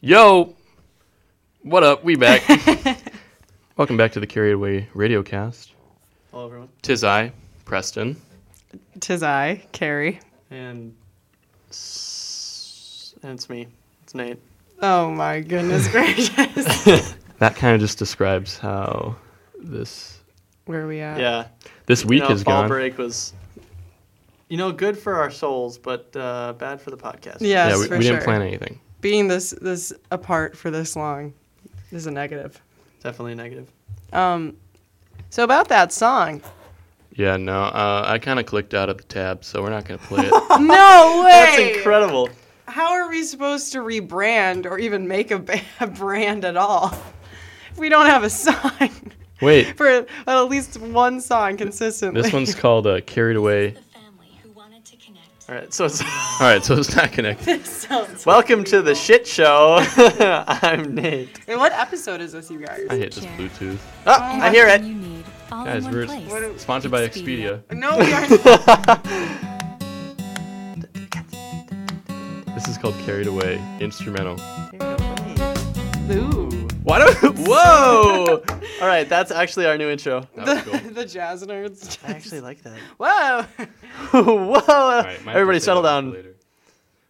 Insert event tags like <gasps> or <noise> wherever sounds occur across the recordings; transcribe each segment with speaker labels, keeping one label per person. Speaker 1: Yo, what up? We back. Welcome back to the Carried Away Radio Cast.
Speaker 2: Hello, everyone.
Speaker 1: Tis I, Preston.
Speaker 3: Tis I, Carrie.
Speaker 2: And s- and it's me. It's Nate.
Speaker 3: Oh my goodness <laughs> gracious.
Speaker 1: That kind of just describes how this
Speaker 3: Where are we at?
Speaker 2: Yeah.
Speaker 1: this week
Speaker 2: you know,
Speaker 1: is
Speaker 2: fall
Speaker 1: gone.
Speaker 2: break was, you know, good for our souls, but uh, bad for the podcast.
Speaker 3: Yes,
Speaker 1: yeah, we,
Speaker 3: for
Speaker 1: we
Speaker 3: sure.
Speaker 1: didn't plan anything.
Speaker 3: Being this this apart for this long is a negative.
Speaker 2: Definitely negative.
Speaker 3: Um, so about
Speaker 1: <laughs>
Speaker 3: that song.
Speaker 1: Yeah, no. Uh, I kind of clicked out of the tab, so we're not gonna play it.
Speaker 3: No way.
Speaker 2: That's incredible.
Speaker 3: How are we supposed to rebrand or even make a, ba- <laughs> a brand at all if we don't have a song
Speaker 1: Wait,
Speaker 3: <laughs> for at least one song consistently?
Speaker 1: this
Speaker 3: <laughs>
Speaker 1: one's called uh, "Carried Away."
Speaker 4: The family who wanted to connect.
Speaker 2: All right. So it's, <laughs>
Speaker 1: All right, so it's not connected.
Speaker 3: This sounds.
Speaker 2: welcome to the shit show. <laughs> I'm Nate.
Speaker 3: Wait, what episode is this, you guys?
Speaker 1: I hate this Bluetooth.
Speaker 2: Oh, I hear it.
Speaker 4: You need all
Speaker 1: Guys,
Speaker 4: in one
Speaker 1: we're
Speaker 4: place.
Speaker 3: What-
Speaker 1: sponsored by Expedia.
Speaker 3: No, we are not.
Speaker 1: This is called "Carried Away" instrumental. <laughs>
Speaker 3: Ooh.
Speaker 1: Why don't?
Speaker 2: Whoa. <laughs> All right. That's actually our new intro.
Speaker 1: That was cool.
Speaker 3: <laughs> The, the jazz nerds.
Speaker 2: I actually like that.
Speaker 3: <laughs> Whoa!
Speaker 2: <laughs> Whoa. <laughs> Everybody settle down.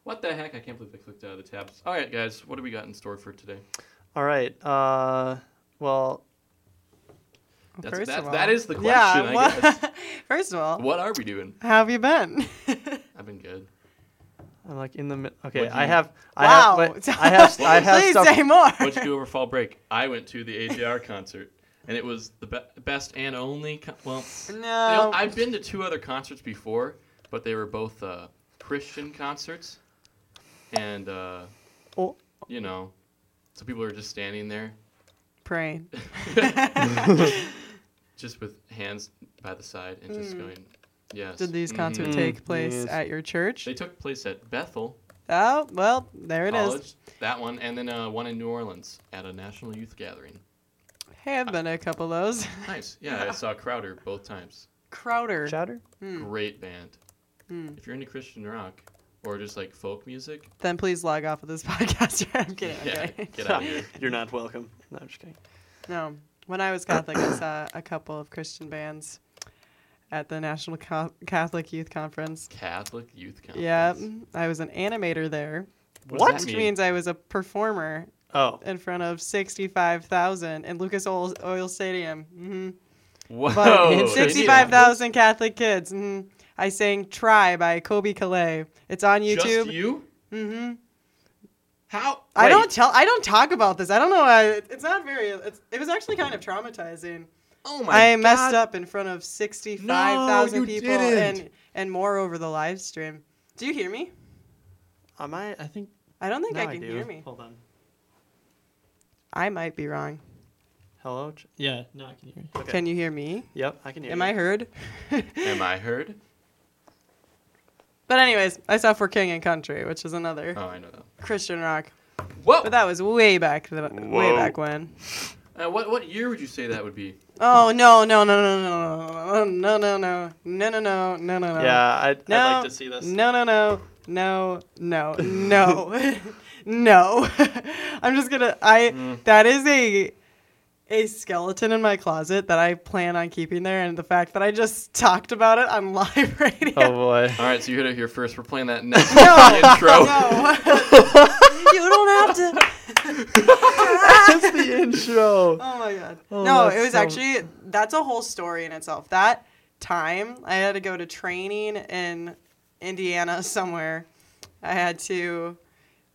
Speaker 1: What the heck? I can't believe I clicked out of the tabs. All right, guys, what do we got in store for today?
Speaker 2: All right. Uh, well,
Speaker 1: That's,
Speaker 3: First
Speaker 1: that,
Speaker 3: of all-
Speaker 1: that is the question,
Speaker 3: yeah.
Speaker 1: I guess.
Speaker 3: Well, <laughs> first of all,
Speaker 1: What are we doing?
Speaker 3: how have you been? <laughs>
Speaker 1: I've been good.
Speaker 2: I'm like in the mid. Okay,
Speaker 1: What'd
Speaker 2: I
Speaker 1: you-
Speaker 2: have. I
Speaker 3: wow!
Speaker 2: Have,
Speaker 3: <laughs>
Speaker 2: wait, I have. I have
Speaker 3: Please
Speaker 2: stuff.
Speaker 3: say more.
Speaker 1: What'd you do over fall break? I went to the AJR concert, and it was the be- best and only. Con- well, they
Speaker 3: <laughs> No.
Speaker 2: Um,
Speaker 1: don't- I've been to two other concerts before, but they were both uh, Christian concerts, and uh,
Speaker 2: Oh.
Speaker 1: you know, so people are just standing
Speaker 2: <laughs>
Speaker 1: there, <laughs>
Speaker 3: Praying.
Speaker 1: just with hands by the side, and just going, "Yes."
Speaker 3: Did these
Speaker 1: mhm."
Speaker 3: concerts take place
Speaker 2: Mm, yes.
Speaker 3: at your church?
Speaker 1: They took place at Bethel
Speaker 3: Oh, well, there it is.
Speaker 1: College, that one, and then uh, one in New Orleans at a national youth gathering.
Speaker 3: Hey, I've been to a couple of those. <laughs>
Speaker 1: Nice. Yeah, I saw Crowder both times.
Speaker 3: Crowder. Hmm,
Speaker 2: Chowder.
Speaker 1: Great band. If you're into Christian rock or just like folk music,
Speaker 3: Then please log off of this <laughs> podcast. I'm kidding. I'm
Speaker 1: yeah,
Speaker 3: kidding.
Speaker 1: <laughs> get out <laughs> of here.
Speaker 2: <laughs> You're not welcome. No, I'm just kidding.
Speaker 3: No. When I was Catholic, I saw a couple of Christian bands at the National Co- Catholic Youth Conference.
Speaker 1: Catholic youth conference.
Speaker 3: Yeah, I was an animator there,
Speaker 1: Oh, What? does
Speaker 2: What?
Speaker 1: that
Speaker 3: which
Speaker 1: mean?
Speaker 3: means I was a performer
Speaker 2: Oh,
Speaker 3: in front of 65,000 in Lucas Oil, Oil Stadium. hmm <laughs>
Speaker 1: Whoa.
Speaker 2: in
Speaker 1: Indiana.
Speaker 3: 65,000 Catholic kids. hmm I sang Try by Kobe Calais. It's on
Speaker 1: Just
Speaker 3: YouTube.
Speaker 1: you?
Speaker 3: hmm
Speaker 1: How?
Speaker 3: I
Speaker 2: Wait.
Speaker 3: don't tell I don't talk about this. I don't know why it's not very it's, it was actually kind of traumatizing.
Speaker 1: Oh my
Speaker 3: I messed
Speaker 1: God.
Speaker 3: up in front of 65,000
Speaker 1: No, you
Speaker 3: people
Speaker 1: didn't.
Speaker 3: and and more over the live stream. Do you hear me?
Speaker 2: am I? I think.
Speaker 3: I don't think
Speaker 2: now
Speaker 3: I can
Speaker 2: do.
Speaker 3: hear me.
Speaker 2: Hold on.
Speaker 3: I might be wrong.
Speaker 2: Hello. Ch- yeah. No, I can hear. You. Okay.
Speaker 3: Can you hear me?
Speaker 2: Yep, I can hear.
Speaker 3: Am
Speaker 2: you.
Speaker 3: I heard?
Speaker 1: Am I heard?
Speaker 3: <laughs> but anyways, I saw For King and Country, which is another
Speaker 1: Oh, I know that.
Speaker 3: Christian rock.
Speaker 1: Whoa.
Speaker 3: But that was way back the, way
Speaker 1: Whoa.
Speaker 3: back when.
Speaker 1: Uh, what what year would you say that would be?
Speaker 3: Oh no no no no no no no no no no no no no no no.
Speaker 2: Yeah, I'd,
Speaker 3: No.
Speaker 2: I'd like to see this.
Speaker 3: No no no no no no <laughs> no. <laughs> I'm just gonna I
Speaker 2: Mm.
Speaker 3: that is a a skeleton in my closet that I plan on keeping there and the fact that I just talked about it on <laughs> live radio.
Speaker 2: Oh
Speaker 3: <laughs>
Speaker 2: boy. <laughs>
Speaker 1: All right, so you heard it here first. We're playing that next
Speaker 3: No,
Speaker 1: <laughs> intro.
Speaker 3: No.
Speaker 2: <laughs>
Speaker 3: <laughs> you don't have to
Speaker 2: That's the intro.
Speaker 3: <laughs> Oh my god.
Speaker 2: Oh,
Speaker 3: no,
Speaker 2: that's
Speaker 3: it was
Speaker 2: so-
Speaker 3: actually that's a whole story in itself. That time I had to go to training in Indiana <laughs> somewhere. I had to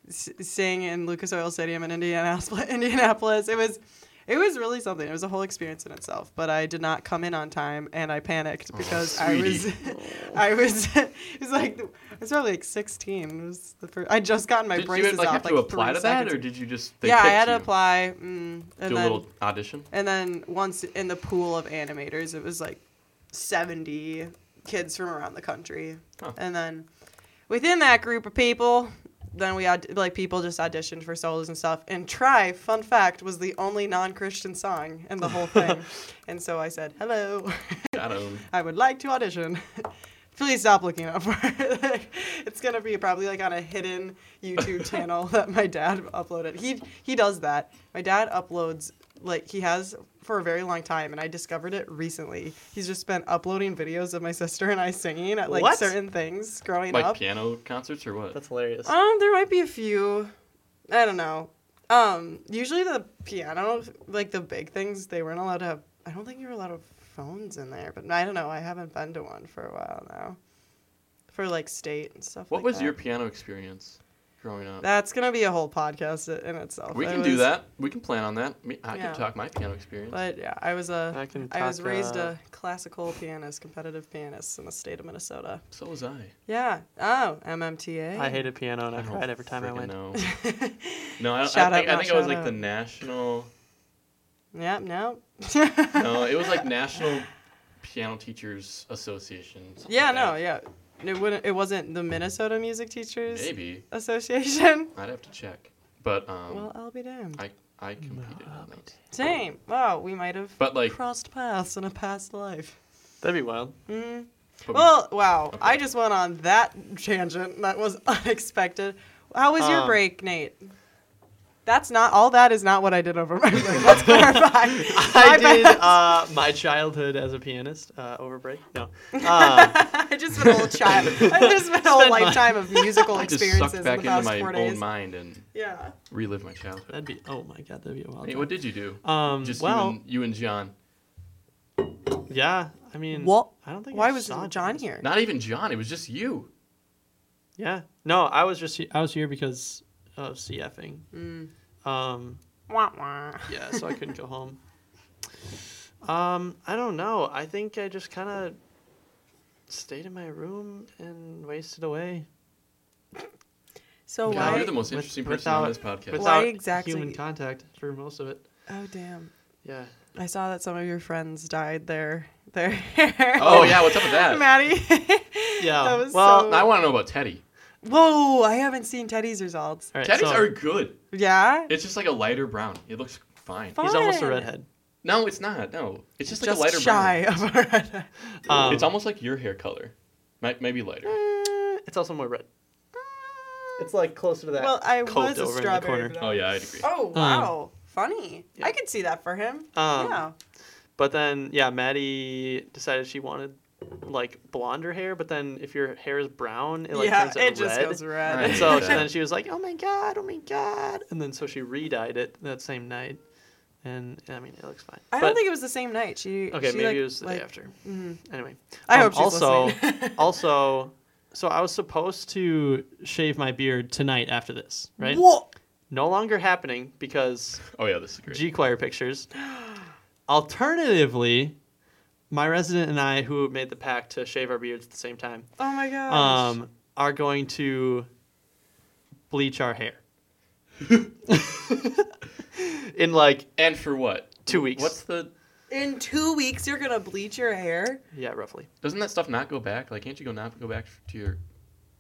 Speaker 3: s- sing in Lucas Oil Stadium in Indianapolis. <laughs> Indianapolis. It was it was really something. It was a whole experience in itself, but I did not come in on time and I
Speaker 1: Oh,
Speaker 3: panicked because I was <laughs> I was it was like I was probably like 16. It was the first I just gotten my
Speaker 1: Did you
Speaker 3: braces
Speaker 1: like
Speaker 3: off
Speaker 1: have
Speaker 3: like
Speaker 1: to apply
Speaker 3: three
Speaker 1: to that,
Speaker 3: seconds.
Speaker 1: or did you just? They
Speaker 3: yeah, I
Speaker 1: picked
Speaker 3: had to
Speaker 1: you?
Speaker 3: apply. Mm, and
Speaker 1: Do a
Speaker 3: then,
Speaker 1: little
Speaker 3: <laughs>
Speaker 1: audition.
Speaker 3: and then once in the pool of animators, it was like 70 kids from around the country.
Speaker 1: Huh.
Speaker 3: And then within that group of people, then we aud- like people just auditioned for solos and stuff. And try, fun fact, was the only non-Christian song in the whole thing. and so I said, "Hello,
Speaker 1: Got 'em.
Speaker 3: I would like to audition." <laughs> please stop looking up for it. <laughs> Like, it's gonna be probably like on a hidden YouTube channel that my dad uploaded. He he does that. My dad uploads like he has for a very long time, and I discovered it recently. He's just been uploading videos of my sister and I singing at like
Speaker 2: What?
Speaker 3: certain things growing
Speaker 1: Like
Speaker 3: up.
Speaker 1: piano concerts or what?
Speaker 2: That's hilarious.
Speaker 3: Um, there might be a few. I don't know. Um, usually the piano, like the big things, they weren't allowed to have. I don't think you were allowed to have phones in there, but I don't know. I haven't been to one for a while now. For like state and stuff.
Speaker 1: what
Speaker 3: like
Speaker 1: was
Speaker 3: that.
Speaker 1: your piano experience growing up?
Speaker 3: That's gonna be a whole podcast i- in itself.
Speaker 1: we
Speaker 3: I
Speaker 1: can do
Speaker 3: was-
Speaker 1: that. We can plan on that. Me, I
Speaker 3: Yeah.
Speaker 1: can talk my piano experience.
Speaker 3: But yeah, I was a.
Speaker 2: I can
Speaker 3: I was
Speaker 2: talk,
Speaker 3: raised
Speaker 2: uh,
Speaker 3: a classical pianist, competitive pianist in the state of Minnesota.
Speaker 1: so was I.
Speaker 3: Yeah. Oh, MMTA.
Speaker 2: I hated piano and I,
Speaker 1: don't
Speaker 2: cried every time I
Speaker 1: friggin'
Speaker 2: went.
Speaker 3: <laughs>
Speaker 1: Know. No, I, I
Speaker 3: Shout out,
Speaker 1: think, I,
Speaker 3: not
Speaker 1: think it was
Speaker 3: shout
Speaker 1: like the
Speaker 3: out.
Speaker 1: national.
Speaker 3: Yeah. No.
Speaker 1: No, it was like National Piano Teachers Association. something
Speaker 3: Yeah,
Speaker 1: like
Speaker 3: no,
Speaker 1: that.
Speaker 3: yeah. It wouldn't. It wasn't the Minnesota Music Teachers
Speaker 1: Maybe <laughs>
Speaker 3: Association.
Speaker 1: I'd have to check, but um,
Speaker 3: well, I'll be damned.
Speaker 1: I I competed. on those.
Speaker 3: Same. Wow, we might have
Speaker 1: But, like-
Speaker 3: crossed paths in a past life.
Speaker 2: That'd be
Speaker 3: <laughs>
Speaker 2: wild.
Speaker 3: hmm
Speaker 1: But
Speaker 3: Well, wow.
Speaker 1: Okay.
Speaker 3: I just went on that tangent. That was <laughs> unexpected. How was your
Speaker 2: Um,
Speaker 3: break, Nate? That's not all. That is not what I did over my break.
Speaker 1: <laughs>
Speaker 3: Let's clarify.
Speaker 2: <laughs> I
Speaker 3: <laughs> My
Speaker 2: did
Speaker 3: bad.
Speaker 2: uh, my childhood as a pianist uh, over break.
Speaker 3: <laughs>
Speaker 2: No. Uh,
Speaker 3: I just been a whole child. I just spent a whole
Speaker 2: Spend my-
Speaker 3: lifetime of musical
Speaker 1: <laughs> I just sucked
Speaker 3: experiences in the
Speaker 1: back into
Speaker 3: past
Speaker 1: my
Speaker 3: four
Speaker 1: old
Speaker 3: days.
Speaker 1: mind and
Speaker 3: Yeah.
Speaker 1: relived my childhood.
Speaker 2: that'd be. Oh my god, that'd be a wild.
Speaker 1: Hey,
Speaker 2: time.
Speaker 1: what did you do?
Speaker 2: um.
Speaker 1: Just
Speaker 2: well.
Speaker 1: you and you and John.
Speaker 2: yeah. I mean.
Speaker 3: What?
Speaker 2: I don't think.
Speaker 3: Why
Speaker 2: I
Speaker 3: was
Speaker 2: saw
Speaker 3: John
Speaker 2: this.
Speaker 3: here?
Speaker 1: Not even John. It was just you.
Speaker 2: Yeah. No, I was just. he- I was here because of CFing.
Speaker 3: Mm.
Speaker 2: Um.
Speaker 3: Wah, wah.
Speaker 2: Yeah. So I couldn't go home. <laughs> Um. I don't know. I think I just kind of stayed in my room and wasted away.
Speaker 3: So
Speaker 1: God,
Speaker 3: why?
Speaker 1: you're the most
Speaker 2: with-
Speaker 1: interesting person on
Speaker 2: without-
Speaker 1: this podcast.
Speaker 2: Without
Speaker 3: exactly-
Speaker 2: human contact for most of it.
Speaker 3: oh damn!
Speaker 2: Yeah.
Speaker 3: I saw that some of your friends died there. <laughs> There.
Speaker 1: oh yeah, what's up with that?
Speaker 3: Maddie. <laughs>
Speaker 2: Yeah.
Speaker 3: That was
Speaker 2: well.
Speaker 3: so-
Speaker 1: I want to know about Teddy.
Speaker 3: Whoa! I haven't seen Teddy's results.
Speaker 2: all right,
Speaker 1: Teddy's
Speaker 2: so
Speaker 1: are good.
Speaker 3: Yeah.
Speaker 1: It's just like a lighter brown. It looks fine.
Speaker 3: Fine.
Speaker 2: He's almost a
Speaker 3: fun.
Speaker 2: redhead.
Speaker 1: No, it's not. No, it's just like
Speaker 3: Just
Speaker 1: a lighter
Speaker 3: shy of a redhead.
Speaker 1: brown.
Speaker 2: Um,
Speaker 1: it's almost like your hair color, Mi- maybe lighter.
Speaker 3: Mm.
Speaker 2: eh, It's also more red. It's like closer to that.
Speaker 3: Well, I
Speaker 2: cult
Speaker 3: was a
Speaker 2: over in the
Speaker 3: strawberry.
Speaker 2: corner.
Speaker 3: but I-
Speaker 1: Oh yeah, I'd agree.
Speaker 3: <laughs> Oh wow! Funny.
Speaker 2: yeah.
Speaker 3: I could see that for him.
Speaker 2: Um,
Speaker 3: yeah.
Speaker 2: But then, yeah, Maddie decided she wanted like blonder hair. But then, if your hair is brown, it like
Speaker 3: yeah.
Speaker 2: turns it,
Speaker 3: It just
Speaker 2: red.
Speaker 3: goes red.
Speaker 1: Right.
Speaker 2: And so
Speaker 1: Yeah.
Speaker 2: then she was like, "Oh my god, oh my god!" And then so she re-dyed it that same night, and I mean it looks fine.
Speaker 3: I
Speaker 2: But-
Speaker 3: don't think it was the same night. She.
Speaker 2: Okay,
Speaker 3: she,
Speaker 2: maybe
Speaker 3: like-
Speaker 2: it was the
Speaker 3: like-
Speaker 2: day after.
Speaker 3: Mhm.
Speaker 2: Anyway,
Speaker 3: I
Speaker 2: Um,
Speaker 3: hope she's
Speaker 2: also-
Speaker 3: listening.
Speaker 2: also, so I was supposed to shave my beard tonight after this, right?
Speaker 3: <laughs> Whoa.
Speaker 2: No longer happening because
Speaker 1: Oh yeah, this is great.
Speaker 2: G Choir pictures. Alternatively, my resident and I, who made the pact to shave our beards at the same time,
Speaker 3: Oh my gosh.
Speaker 2: um, are going to bleach our
Speaker 3: <laughs>
Speaker 2: hair in like
Speaker 1: and for what?
Speaker 2: two weeks.
Speaker 1: What's the?
Speaker 3: In two weeks, you're gonna bleach your hair.
Speaker 2: yeah, roughly.
Speaker 1: Doesn't that stuff not go back? Like, can't you go not go back to your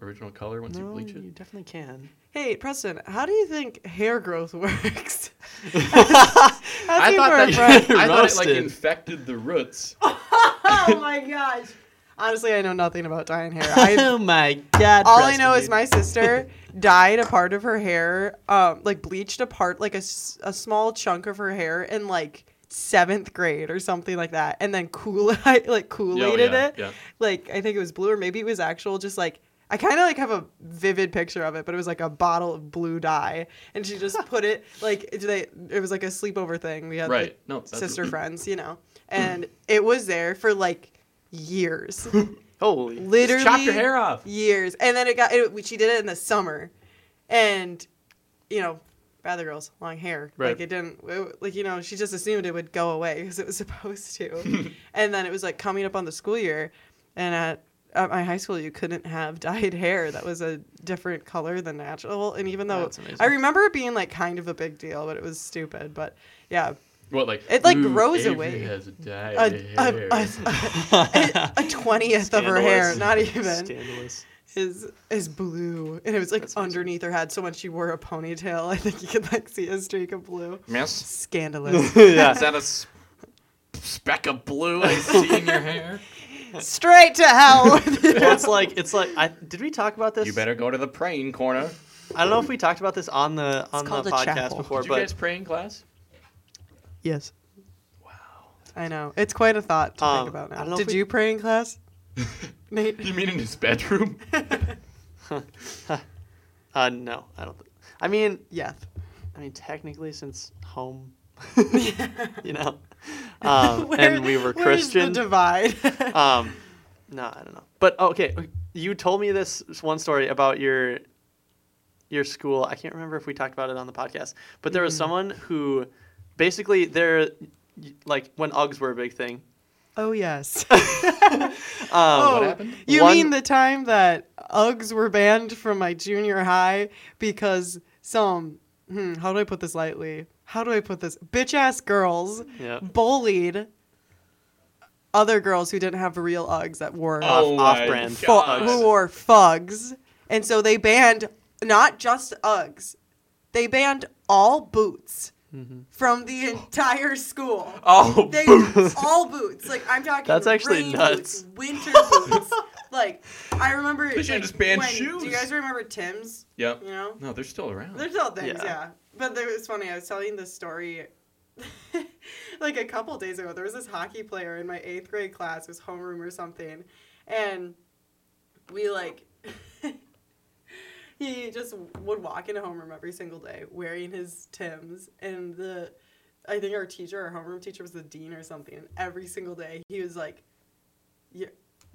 Speaker 1: original color once you
Speaker 2: No,
Speaker 1: bleach it?
Speaker 2: you definitely can. <laughs>
Speaker 3: Hey, Preston, how do you think hair growth <laughs> works?
Speaker 1: I
Speaker 3: Asking
Speaker 1: thought
Speaker 3: for a
Speaker 1: that <laughs>
Speaker 3: friend.
Speaker 1: I thought it like
Speaker 2: Roasted.
Speaker 1: infected the
Speaker 3: <laughs>
Speaker 1: roots.
Speaker 3: oh my gosh. Honestly, I know nothing about
Speaker 1: <laughs>
Speaker 3: dyeing hair. I,
Speaker 2: oh my god!
Speaker 3: all I
Speaker 2: Preston,
Speaker 3: know is
Speaker 2: dude.
Speaker 3: my sister dyed a part of her hair, um, like bleached a part, like a, s- a small chunk of her hair in like seventh grade or something like that, and then cool <laughs> like
Speaker 1: Yeah, oh,
Speaker 3: Kool-Aided
Speaker 1: yeah,
Speaker 3: it.
Speaker 1: yeah.
Speaker 3: like I think it was blue or maybe it was actual just like I kind of like have a vivid picture of it, but it was like a bottle of blue dye, and she just put
Speaker 1: <laughs>
Speaker 3: it like it- they, it was like a sleepover thing. We had like,
Speaker 1: Right. No, that's-
Speaker 3: sister friends, you
Speaker 1: <clears throat>
Speaker 3: know, and it was there for like
Speaker 1: <laughs>
Speaker 3: years,
Speaker 2: holy. <laughs>
Speaker 3: literally
Speaker 1: Just chop your hair off.
Speaker 3: years, and then it got it, she did it in the summer, and you know, rather girls long hair,
Speaker 2: Right.
Speaker 3: like it didn't it- like you know she just assumed it would go away <laughs> because it was
Speaker 2: <laughs>
Speaker 3: supposed to, and then it was like coming up on the school year, and at at my high school, you couldn't have dyed hair that was a different color than natural. And even though
Speaker 2: That's amazing.
Speaker 3: I remember it being like kind of a big deal, but it was stupid. But yeah,
Speaker 1: What like?
Speaker 3: It, like,
Speaker 1: ooh,
Speaker 3: grows
Speaker 1: Avery
Speaker 3: away.
Speaker 1: Has dyed
Speaker 3: a,
Speaker 1: hair.
Speaker 3: a, a,
Speaker 2: <laughs>
Speaker 3: a twentieth of her hair,
Speaker 2: Scandalous.
Speaker 3: not <laughs> even
Speaker 2: <laughs> Scandalous.
Speaker 3: is is blue, and it was like
Speaker 2: That's amazing.
Speaker 3: underneath her head. So when she wore a ponytail, <laughs> I think you could like see a streak of blue.
Speaker 1: Miss,
Speaker 2: <laughs>
Speaker 3: Scandalous.
Speaker 2: yeah.
Speaker 3: <laughs>
Speaker 1: is that a s- speck of blue I see in your hair?
Speaker 3: straight to
Speaker 2: <laughs>
Speaker 3: hell with you. <laughs>
Speaker 2: Well, it's like it's like I did we talk about this?
Speaker 1: You better go to the praying corner.
Speaker 2: I don't know if we talked about this on the on the
Speaker 3: called a
Speaker 2: podcast
Speaker 3: chapel.
Speaker 2: before,
Speaker 1: Did you
Speaker 2: but
Speaker 1: guys pray in class?
Speaker 3: Yes. Wow. I know. It's quite a thought to
Speaker 2: Um,
Speaker 3: think about
Speaker 2: I don't
Speaker 3: now.
Speaker 2: know if
Speaker 3: Did
Speaker 2: we-
Speaker 3: you pray
Speaker 2: <laughs>
Speaker 3: in class? Nate?
Speaker 1: You mean in his
Speaker 3: <laughs>
Speaker 1: bedroom?
Speaker 2: <laughs> uh, no, I don't. Th- I mean,
Speaker 3: yes.
Speaker 2: I mean technically, since home, <laughs>
Speaker 3: Where-
Speaker 2: you know,
Speaker 3: <laughs>
Speaker 2: um, and we were
Speaker 3: where's
Speaker 2: Christian. <laughs>
Speaker 3: the divide?
Speaker 2: um, no, I don't know. But okay, you told me this one story about your your school. I can't remember if we talked about it on the podcast, but there was
Speaker 3: Mm-hmm.
Speaker 2: someone who basically they're like when Uggs were a big thing.
Speaker 3: oh, yes.
Speaker 2: Um,
Speaker 1: What
Speaker 3: Oh,
Speaker 1: happened?
Speaker 3: You
Speaker 2: One-
Speaker 3: mean the time that Uggs were banned from my junior high because some, hmm, how do I put this lightly? How do I put this? Bitch ass girls
Speaker 2: Yeah.
Speaker 3: bullied other girls who didn't have real Uggs that wore,
Speaker 2: Off-
Speaker 1: Oh my
Speaker 2: off-brand.
Speaker 3: fu-
Speaker 1: God. Oh,
Speaker 3: who wore fugs. And so they banned not just Uggs, they banned all boots from the entire school.
Speaker 1: Oh,
Speaker 3: They <laughs> all boots. Like I'm talking.
Speaker 2: That's actually
Speaker 3: rain
Speaker 2: nuts.
Speaker 3: Boots, winter
Speaker 2: <laughs>
Speaker 3: boots. like I remember.
Speaker 1: They should've
Speaker 3: like,
Speaker 1: just banned
Speaker 3: when-
Speaker 1: shoes.
Speaker 3: Do you guys remember Tim's?
Speaker 1: <laughs> Yep.
Speaker 3: You know,
Speaker 1: No, they're still around.
Speaker 3: there's all things.
Speaker 2: Yeah.
Speaker 3: Yeah. But there, it's funny. I was telling this story. <laughs> like a couple days ago, there was this hockey player in my eighth grade class. It was homeroom or something, and we like. <laughs> He just would walk into homeroom every single day wearing his Tim's and the I think our teacher, our homeroom teacher, was the dean or something. And every single day, he was like, "You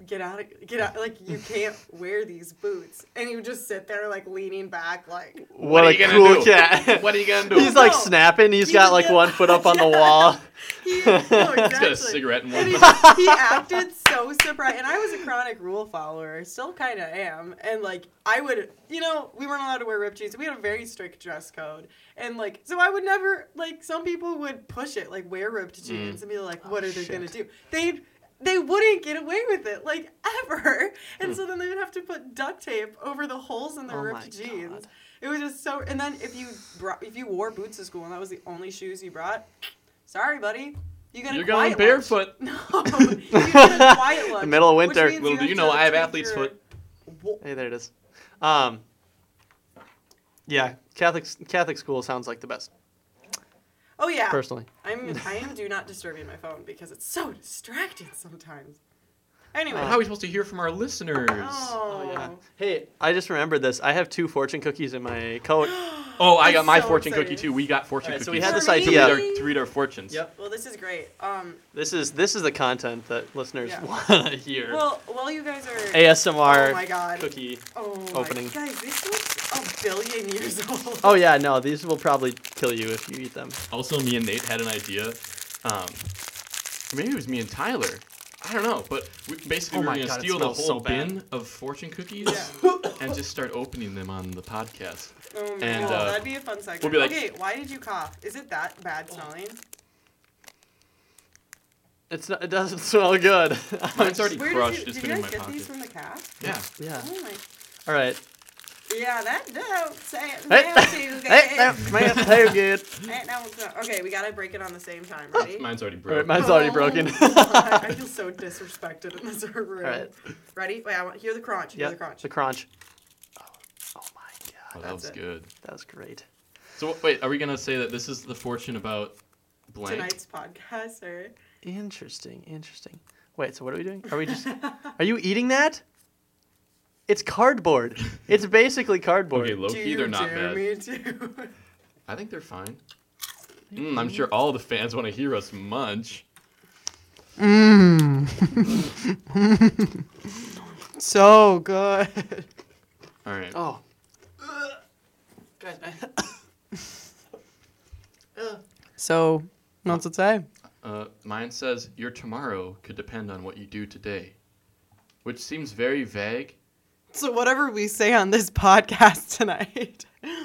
Speaker 3: get out, of, get out! Like you
Speaker 2: <laughs>
Speaker 3: can't wear these boots." And he would just sit there, like leaning back, like
Speaker 2: What,
Speaker 1: are
Speaker 2: a
Speaker 1: you gonna
Speaker 2: cool
Speaker 1: do?
Speaker 2: cat. <laughs>
Speaker 1: What are you gonna do?
Speaker 3: <laughs>
Speaker 2: He's like
Speaker 3: No.
Speaker 2: snapping. He's
Speaker 3: He
Speaker 2: got
Speaker 3: was
Speaker 2: like
Speaker 3: just-
Speaker 2: one foot up
Speaker 3: <laughs>
Speaker 2: on the wall.
Speaker 3: he,
Speaker 1: <laughs>
Speaker 3: no,
Speaker 1: He's got
Speaker 3: exactly.
Speaker 1: a cigarette in
Speaker 3: And
Speaker 1: one.
Speaker 3: he,
Speaker 1: mouth.
Speaker 3: he acted so surprised. And I was a chronic rule follower, still kind of am. And like, I would, you know, we weren't allowed to wear ripped jeans. We had a very strict dress code. And like, so I would never, like, some people would push it, like, wear ripped
Speaker 1: Mm.
Speaker 3: jeans and be like, what are they going to do? They'd, they wouldn't get away with it, like, <laughs> ever.
Speaker 1: Hmm.
Speaker 3: And so then they would have to put duct tape over the holes in their
Speaker 2: Oh my
Speaker 3: ripped jeans.
Speaker 2: God.
Speaker 3: It was just so. And then if you brought, if you wore boots to school and that was the only shoes you brought, sorry, buddy, you got a
Speaker 1: You're going
Speaker 3: quiet lunch.
Speaker 1: barefoot.
Speaker 3: <laughs> No, you get
Speaker 2: <laughs>
Speaker 3: a quiet lunch.
Speaker 2: middle of
Speaker 3: which
Speaker 2: winter.
Speaker 3: means
Speaker 1: Little do
Speaker 3: have
Speaker 1: you
Speaker 3: to
Speaker 1: know, I have
Speaker 3: take
Speaker 1: athlete's
Speaker 3: your-
Speaker 1: foot.
Speaker 3: Wo-
Speaker 2: Hey, there it is. Um, yeah, Catholic Catholic school sounds like the best,
Speaker 3: Oh yeah,
Speaker 2: personally.
Speaker 3: I'm. I am do not disturb in my phone because it's so distracting sometimes. Anyway,
Speaker 1: How are we supposed to hear from our listeners?
Speaker 3: oh,
Speaker 2: Oh, yeah. Hey, I just remembered this. I have two fortune cookies in
Speaker 3: <gasps>
Speaker 2: my coat.
Speaker 1: Oh, I
Speaker 3: I'm
Speaker 1: got my
Speaker 3: so
Speaker 1: fortune
Speaker 3: excited.
Speaker 1: cookie too. We got fortune
Speaker 2: Alright,
Speaker 1: cookies.
Speaker 2: so we had
Speaker 3: this
Speaker 1: To read
Speaker 3: idea.
Speaker 1: our- To read our fortunes.
Speaker 2: Yep.
Speaker 3: Well, this is great. Um,
Speaker 2: This is this is the content that listeners <laughs>
Speaker 3: Yeah.
Speaker 2: want to hear.
Speaker 3: well, while you guys are.
Speaker 2: ASMR
Speaker 3: oh my god.
Speaker 2: cookie.
Speaker 3: Oh my-
Speaker 2: opening.
Speaker 3: Guys, this looks a billion years old.
Speaker 2: <laughs> Oh yeah, no, these will probably kill you if you eat them.
Speaker 1: Also, me and Nate had an idea. Um, maybe it was me and Tyler. I don't know, but we, basically
Speaker 2: Oh
Speaker 1: we were
Speaker 2: my
Speaker 1: gonna
Speaker 2: God, it
Speaker 1: steal the
Speaker 2: smells
Speaker 1: whole
Speaker 2: so bad.
Speaker 1: bin of fortune cookies
Speaker 2: <laughs>
Speaker 3: Yeah.
Speaker 1: and just start opening them on the podcast.
Speaker 3: Oh my
Speaker 1: And,
Speaker 3: god,
Speaker 1: uh,
Speaker 3: that'd be a fun segment.
Speaker 1: we'll be like-
Speaker 3: okay, why did you cough? Is it that bad smelling?
Speaker 2: It's not. It doesn't <laughs> smell good.
Speaker 1: Mine's already
Speaker 3: Where
Speaker 1: crushed.
Speaker 3: did
Speaker 1: It's
Speaker 3: you,
Speaker 1: been
Speaker 3: did you
Speaker 1: in my
Speaker 3: guys get
Speaker 1: pocket.
Speaker 3: these from the cat?
Speaker 1: Yeah.
Speaker 2: <laughs> yeah.
Speaker 3: Oh my.
Speaker 2: All right.
Speaker 3: Yeah, that don't say it.
Speaker 2: Hey,
Speaker 3: nasty,
Speaker 2: Hey,
Speaker 3: guys.
Speaker 2: that- man, they're good.
Speaker 3: <laughs> Eh, that one's not- Okay, we gotta break it on the same time. Ready?
Speaker 1: Mine's already
Speaker 2: All right,
Speaker 1: broken.
Speaker 2: mine's already broken.
Speaker 3: Oh my God, <laughs> I feel so disrespected in this <laughs> room.
Speaker 2: Alright.
Speaker 3: Ready? Wait, I want hear the crunch. Hear
Speaker 2: Yeah,
Speaker 3: the crunch.
Speaker 2: The crunch. Oh, oh my
Speaker 1: Oh,
Speaker 2: god,
Speaker 1: that
Speaker 3: That's
Speaker 1: was
Speaker 3: it.
Speaker 1: good.
Speaker 2: that was great.
Speaker 1: So wh- wait, are we gonna say that this is the fortune about blank?
Speaker 3: Tonight's podcast, or
Speaker 2: Interesting, interesting. Wait, so what are we doing? Are we just? are you eating that? It's cardboard. It's basically cardboard.
Speaker 1: Okay, low
Speaker 3: do
Speaker 1: key,
Speaker 3: you
Speaker 1: they're not
Speaker 3: dare
Speaker 1: bad.
Speaker 3: me to?
Speaker 2: <laughs>
Speaker 1: I think they're fine. Mm, I'm sure all the fans want to hear us munch.
Speaker 3: so good.
Speaker 1: All right.
Speaker 2: oh,
Speaker 3: So, what's it say?
Speaker 1: Uh, mine says your tomorrow could depend on what you do today, which seems very vague.
Speaker 3: So whatever we say on this podcast tonight. <laughs>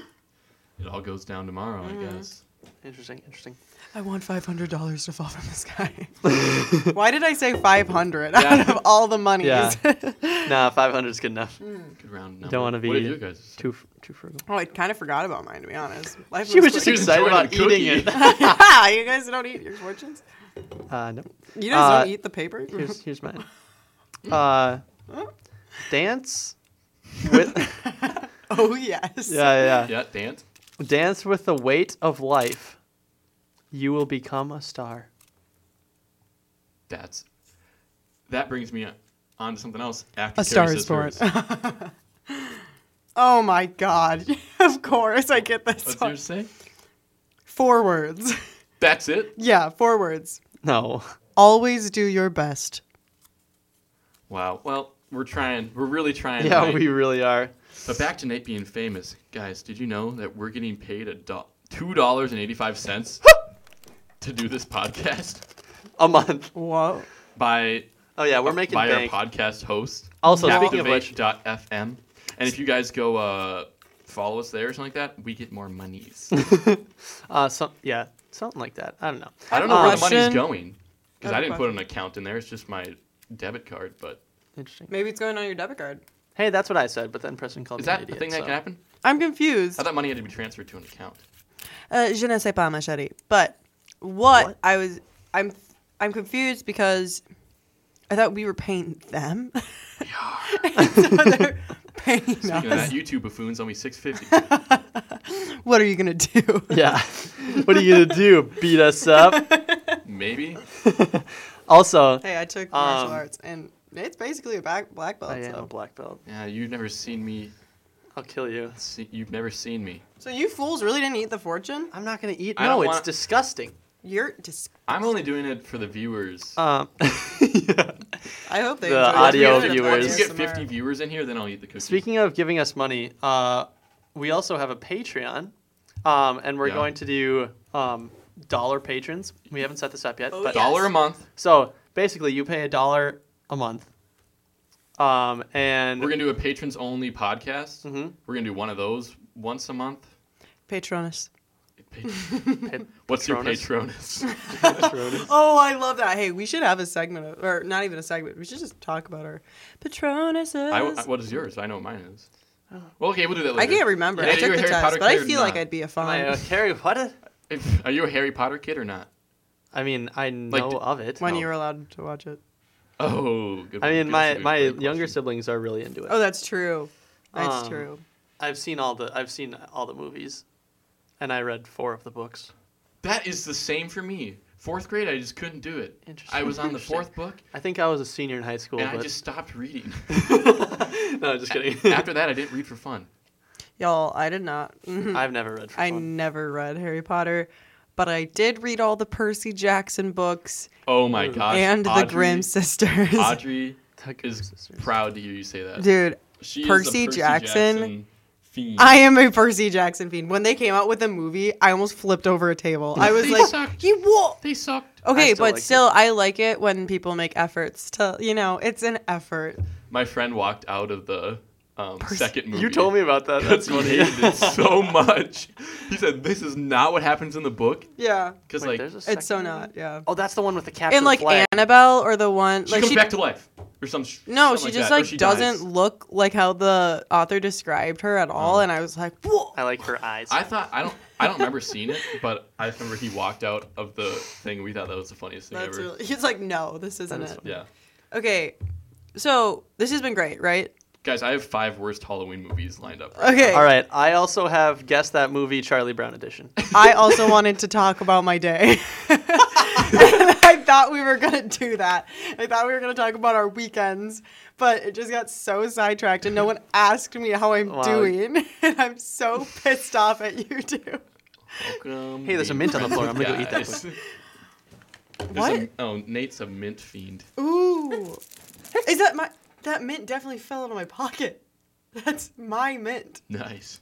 Speaker 1: It all goes down tomorrow, I guess.
Speaker 2: interesting, interesting. <laughs>
Speaker 3: I want five hundred dollars to fall from the sky. Why did I say five hundred <laughs> out
Speaker 1: Yeah.
Speaker 3: of all the monies? Oh,
Speaker 2: Yeah.
Speaker 3: <laughs>
Speaker 2: Nah, five hundred is good enough.
Speaker 1: Good round number.
Speaker 2: wanna
Speaker 1: What did
Speaker 2: be
Speaker 1: you guys? say?
Speaker 2: <laughs> Too, f- too frugal.
Speaker 3: oh, I kind of forgot about mine to be honest. Life
Speaker 2: She was just
Speaker 1: She was
Speaker 2: excited
Speaker 1: enjoying
Speaker 2: about
Speaker 1: the cookie.
Speaker 2: eating it.
Speaker 3: <laughs> you guys don't eat your fortunes.
Speaker 2: Uh, no,
Speaker 3: You guys
Speaker 2: Uh,
Speaker 3: don't eat the paper.
Speaker 2: here's here's mine. uh, dance with
Speaker 3: <laughs> Oh yes.
Speaker 2: yeah, yeah
Speaker 1: Yeah, dance.
Speaker 2: yeah dance with the weight of life. You will become a star.
Speaker 1: That's that brings me on to something else. After
Speaker 3: A
Speaker 1: Carrie
Speaker 3: Star
Speaker 1: says
Speaker 3: is Born.
Speaker 1: hers.
Speaker 3: <laughs> Oh my god. <laughs> of course I get this
Speaker 1: What's
Speaker 3: one.
Speaker 1: yours say?
Speaker 3: Four words. <laughs>
Speaker 1: That's it.
Speaker 3: yeah, four words.
Speaker 2: No.
Speaker 3: Always do your best.
Speaker 1: Wow. Well, we're trying. We're really trying.
Speaker 2: Yeah,
Speaker 1: tonight.
Speaker 2: we really are.
Speaker 1: But back to Nate being famous, guys. Did you know that we're getting paid a do- two dollars and eighty-five cents to do this podcast
Speaker 2: A month.
Speaker 3: Whoa.
Speaker 1: by
Speaker 2: Oh yeah, we're making
Speaker 1: Uh, by
Speaker 2: bank.
Speaker 1: our podcast host.
Speaker 2: Also, speaking of which,
Speaker 1: Activate.fm. and if you guys go uh, follow us there or something like that, we get more
Speaker 2: <laughs>
Speaker 1: monies.
Speaker 2: uh, some yeah, something like that. I don't know.
Speaker 1: I don't know where the money's
Speaker 3: Question.
Speaker 1: going because
Speaker 3: Got
Speaker 1: I
Speaker 3: a
Speaker 1: didn't put an account in there. It's just my debit card. But
Speaker 2: Interesting.
Speaker 3: Maybe it's going on your debit card.
Speaker 2: Hey, that's what I said, but then Preston called
Speaker 1: is
Speaker 2: me
Speaker 1: that
Speaker 2: an
Speaker 1: the
Speaker 2: idiot,
Speaker 1: thing that
Speaker 2: so-
Speaker 1: can happen?
Speaker 3: I'm confused.
Speaker 1: I thought money had to be transferred to an account.
Speaker 3: Uh, je ne sais pas, machete. But what,
Speaker 2: What?
Speaker 3: I was, I'm, I'm confused because I thought we were paying them. <laughs> so
Speaker 1: <laughs>
Speaker 3: they're paying
Speaker 1: Speaking of
Speaker 3: us.
Speaker 1: that, YouTube buffoons owe me six fifty.
Speaker 3: What are you gonna
Speaker 2: <laughs>
Speaker 3: do?
Speaker 2: Yeah. what are you gonna do? Beat
Speaker 1: <laughs>
Speaker 2: us up?
Speaker 1: Maybe
Speaker 2: Also,
Speaker 3: Hey, I took
Speaker 2: Um,
Speaker 3: martial arts, and it's basically a back, black belt.
Speaker 2: I am Oh, a
Speaker 3: So.
Speaker 2: black belt.
Speaker 1: yeah, you've never seen me.
Speaker 2: I'll kill you.
Speaker 1: See, you've never seen me.
Speaker 3: so you fools really didn't eat the fortune?
Speaker 2: I'm not gonna eat.
Speaker 1: I
Speaker 2: No,
Speaker 1: don't
Speaker 2: it's
Speaker 1: wanna-
Speaker 2: disgusting.
Speaker 3: You're just.
Speaker 1: I'm only doing it for the viewers.
Speaker 2: Um, <laughs>
Speaker 3: I hope they.
Speaker 2: The
Speaker 3: enjoy it.
Speaker 2: audio
Speaker 3: We're gonna
Speaker 2: viewers.
Speaker 1: Once
Speaker 3: podcast
Speaker 1: you get
Speaker 3: tomorrow.
Speaker 1: 50 viewers in here, then I'll eat the cookie.
Speaker 2: Speaking of giving us money, uh, we also have a Patreon, um, and we're
Speaker 1: Yeah.
Speaker 2: going to do um, dollar patrons. We haven't set this up yet,
Speaker 3: Oh,
Speaker 2: but
Speaker 3: yeah.
Speaker 1: dollar a month.
Speaker 2: so basically, you pay a dollar a month, um, and
Speaker 1: We're gonna do a patrons only podcast. <laughs>
Speaker 2: Mhm.
Speaker 1: We're gonna do one of those once a month.
Speaker 3: Patronus.
Speaker 1: Pa- What's your patronus?
Speaker 2: <laughs> Patronus.
Speaker 3: Oh, I love that. Hey, we should have a segment, of, or not even a segment. We should just talk about our Patronuses.
Speaker 1: I, I- what is yours? I know what mine is.
Speaker 2: Oh.
Speaker 1: Well, okay, we'll do that later.
Speaker 3: I can't remember.
Speaker 1: Yeah,
Speaker 3: I
Speaker 1: you
Speaker 3: took
Speaker 1: were
Speaker 3: the
Speaker 1: Harry
Speaker 3: test,
Speaker 1: Potter
Speaker 3: but I
Speaker 1: kid or
Speaker 3: feel like
Speaker 1: not?
Speaker 3: I'd be
Speaker 2: Am
Speaker 3: a
Speaker 2: I,
Speaker 3: fine
Speaker 2: uh, Carrie, what?
Speaker 1: If- Are you a Harry Potter kid or not?
Speaker 2: I mean, I know
Speaker 1: d-
Speaker 2: of it.
Speaker 3: when
Speaker 1: no.
Speaker 3: you were allowed to watch it.
Speaker 1: Oh, good.
Speaker 2: I
Speaker 1: one,
Speaker 2: mean,
Speaker 1: good,
Speaker 2: my
Speaker 1: that's a good-
Speaker 2: my
Speaker 1: great
Speaker 2: younger
Speaker 1: question.
Speaker 2: siblings are really into it.
Speaker 3: Oh, that's true. That's
Speaker 2: Um,
Speaker 3: true.
Speaker 2: I've seen all the I've seen all the movies, and I read four of the books.
Speaker 1: That is the same for me. Fourth grade, I just couldn't do it.
Speaker 2: Interesting.
Speaker 1: I was on the
Speaker 2: Interesting.
Speaker 1: fourth book,
Speaker 2: I think I was a senior in high school.
Speaker 1: and
Speaker 2: but...
Speaker 1: I just stopped reading.
Speaker 2: <laughs> no, just kidding.
Speaker 1: After that, I didn't read for fun.
Speaker 3: Y'all, I did not. <laughs>
Speaker 2: <laughs>
Speaker 3: Mhm.
Speaker 2: I've never read. For
Speaker 3: I
Speaker 2: fun.
Speaker 3: never read Harry Potter, but I did read all the Percy Jackson books
Speaker 1: Oh my gosh!
Speaker 3: and
Speaker 1: Audrey,
Speaker 3: the Grimm sisters.
Speaker 1: Audrey
Speaker 2: The Grimm
Speaker 1: is
Speaker 2: sisters.
Speaker 1: proud to hear you say that.
Speaker 3: <laughs> Dude,
Speaker 1: She is a
Speaker 3: Percy Jackson.
Speaker 1: fiend.
Speaker 3: I am a Percy Jackson fiend. When they came out with the movie, I almost flipped over a table.
Speaker 1: <laughs>
Speaker 3: I was
Speaker 1: They
Speaker 3: like,
Speaker 1: sucked.
Speaker 3: "You what?"
Speaker 1: They sucked.
Speaker 3: Okay,
Speaker 2: I still
Speaker 3: but
Speaker 2: liked it.
Speaker 3: still, I like it when people make efforts to, you know, it's an effort.
Speaker 1: My friend walked out of the um, second movie. <laughs>
Speaker 2: You told me about that. That's
Speaker 1: Because he
Speaker 2: funny.
Speaker 1: hated <laughs>
Speaker 2: <laughs>
Speaker 1: it so much. He said, "This is not what happens in the book."
Speaker 3: Yeah,
Speaker 1: Because
Speaker 2: Wait,
Speaker 1: like,
Speaker 2: there's a
Speaker 1: she
Speaker 3: it's so
Speaker 2: second one?
Speaker 3: not. Yeah,
Speaker 2: Oh, that's the one with the captain.
Speaker 3: and like
Speaker 2: flag.
Speaker 3: Annabelle or the one like
Speaker 1: comes
Speaker 3: she
Speaker 1: back to life or some. sh-
Speaker 3: no,
Speaker 1: something
Speaker 3: she just
Speaker 1: that, or
Speaker 3: like
Speaker 1: she dies.
Speaker 3: doesn't look like how the author described her at all,
Speaker 1: Mm.
Speaker 3: and I was like, "Whoa!"
Speaker 2: I like her eyes.
Speaker 1: I thought I don't. I don't remember seeing it, but I just remember he walked out of the thing. We thought that was the funniest thing
Speaker 3: That's
Speaker 1: ever.
Speaker 3: really. He's like, "No, this isn't
Speaker 2: is
Speaker 3: it."
Speaker 2: funny.
Speaker 1: Yeah,
Speaker 3: Okay, so this has been great, right?
Speaker 1: guys, I have five worst Halloween movies lined up. right
Speaker 3: Okay,
Speaker 2: All right. I also have guess that movie Charlie Brown edition.
Speaker 3: I also wanted to talk about my day. <laughs> And I thought we were going to do that. I thought we were going to talk about our weekends, but it just got so sidetracked and no
Speaker 2: <laughs>
Speaker 3: one asked me how I'm
Speaker 2: Wow.
Speaker 3: doing. <laughs> And I'm so pissed off at you two.
Speaker 1: Welcome,
Speaker 2: Hey, there's a
Speaker 1: be
Speaker 2: mint on the
Speaker 1: friends
Speaker 2: floor.
Speaker 1: with
Speaker 2: I'm gonna go eat that
Speaker 1: guys. There's
Speaker 3: What?
Speaker 1: a- oh, Nate's a mint fiend.
Speaker 3: Ooh. Is that my that mint definitely fell out of my pocket. <laughs> That's my mint.
Speaker 1: Nice.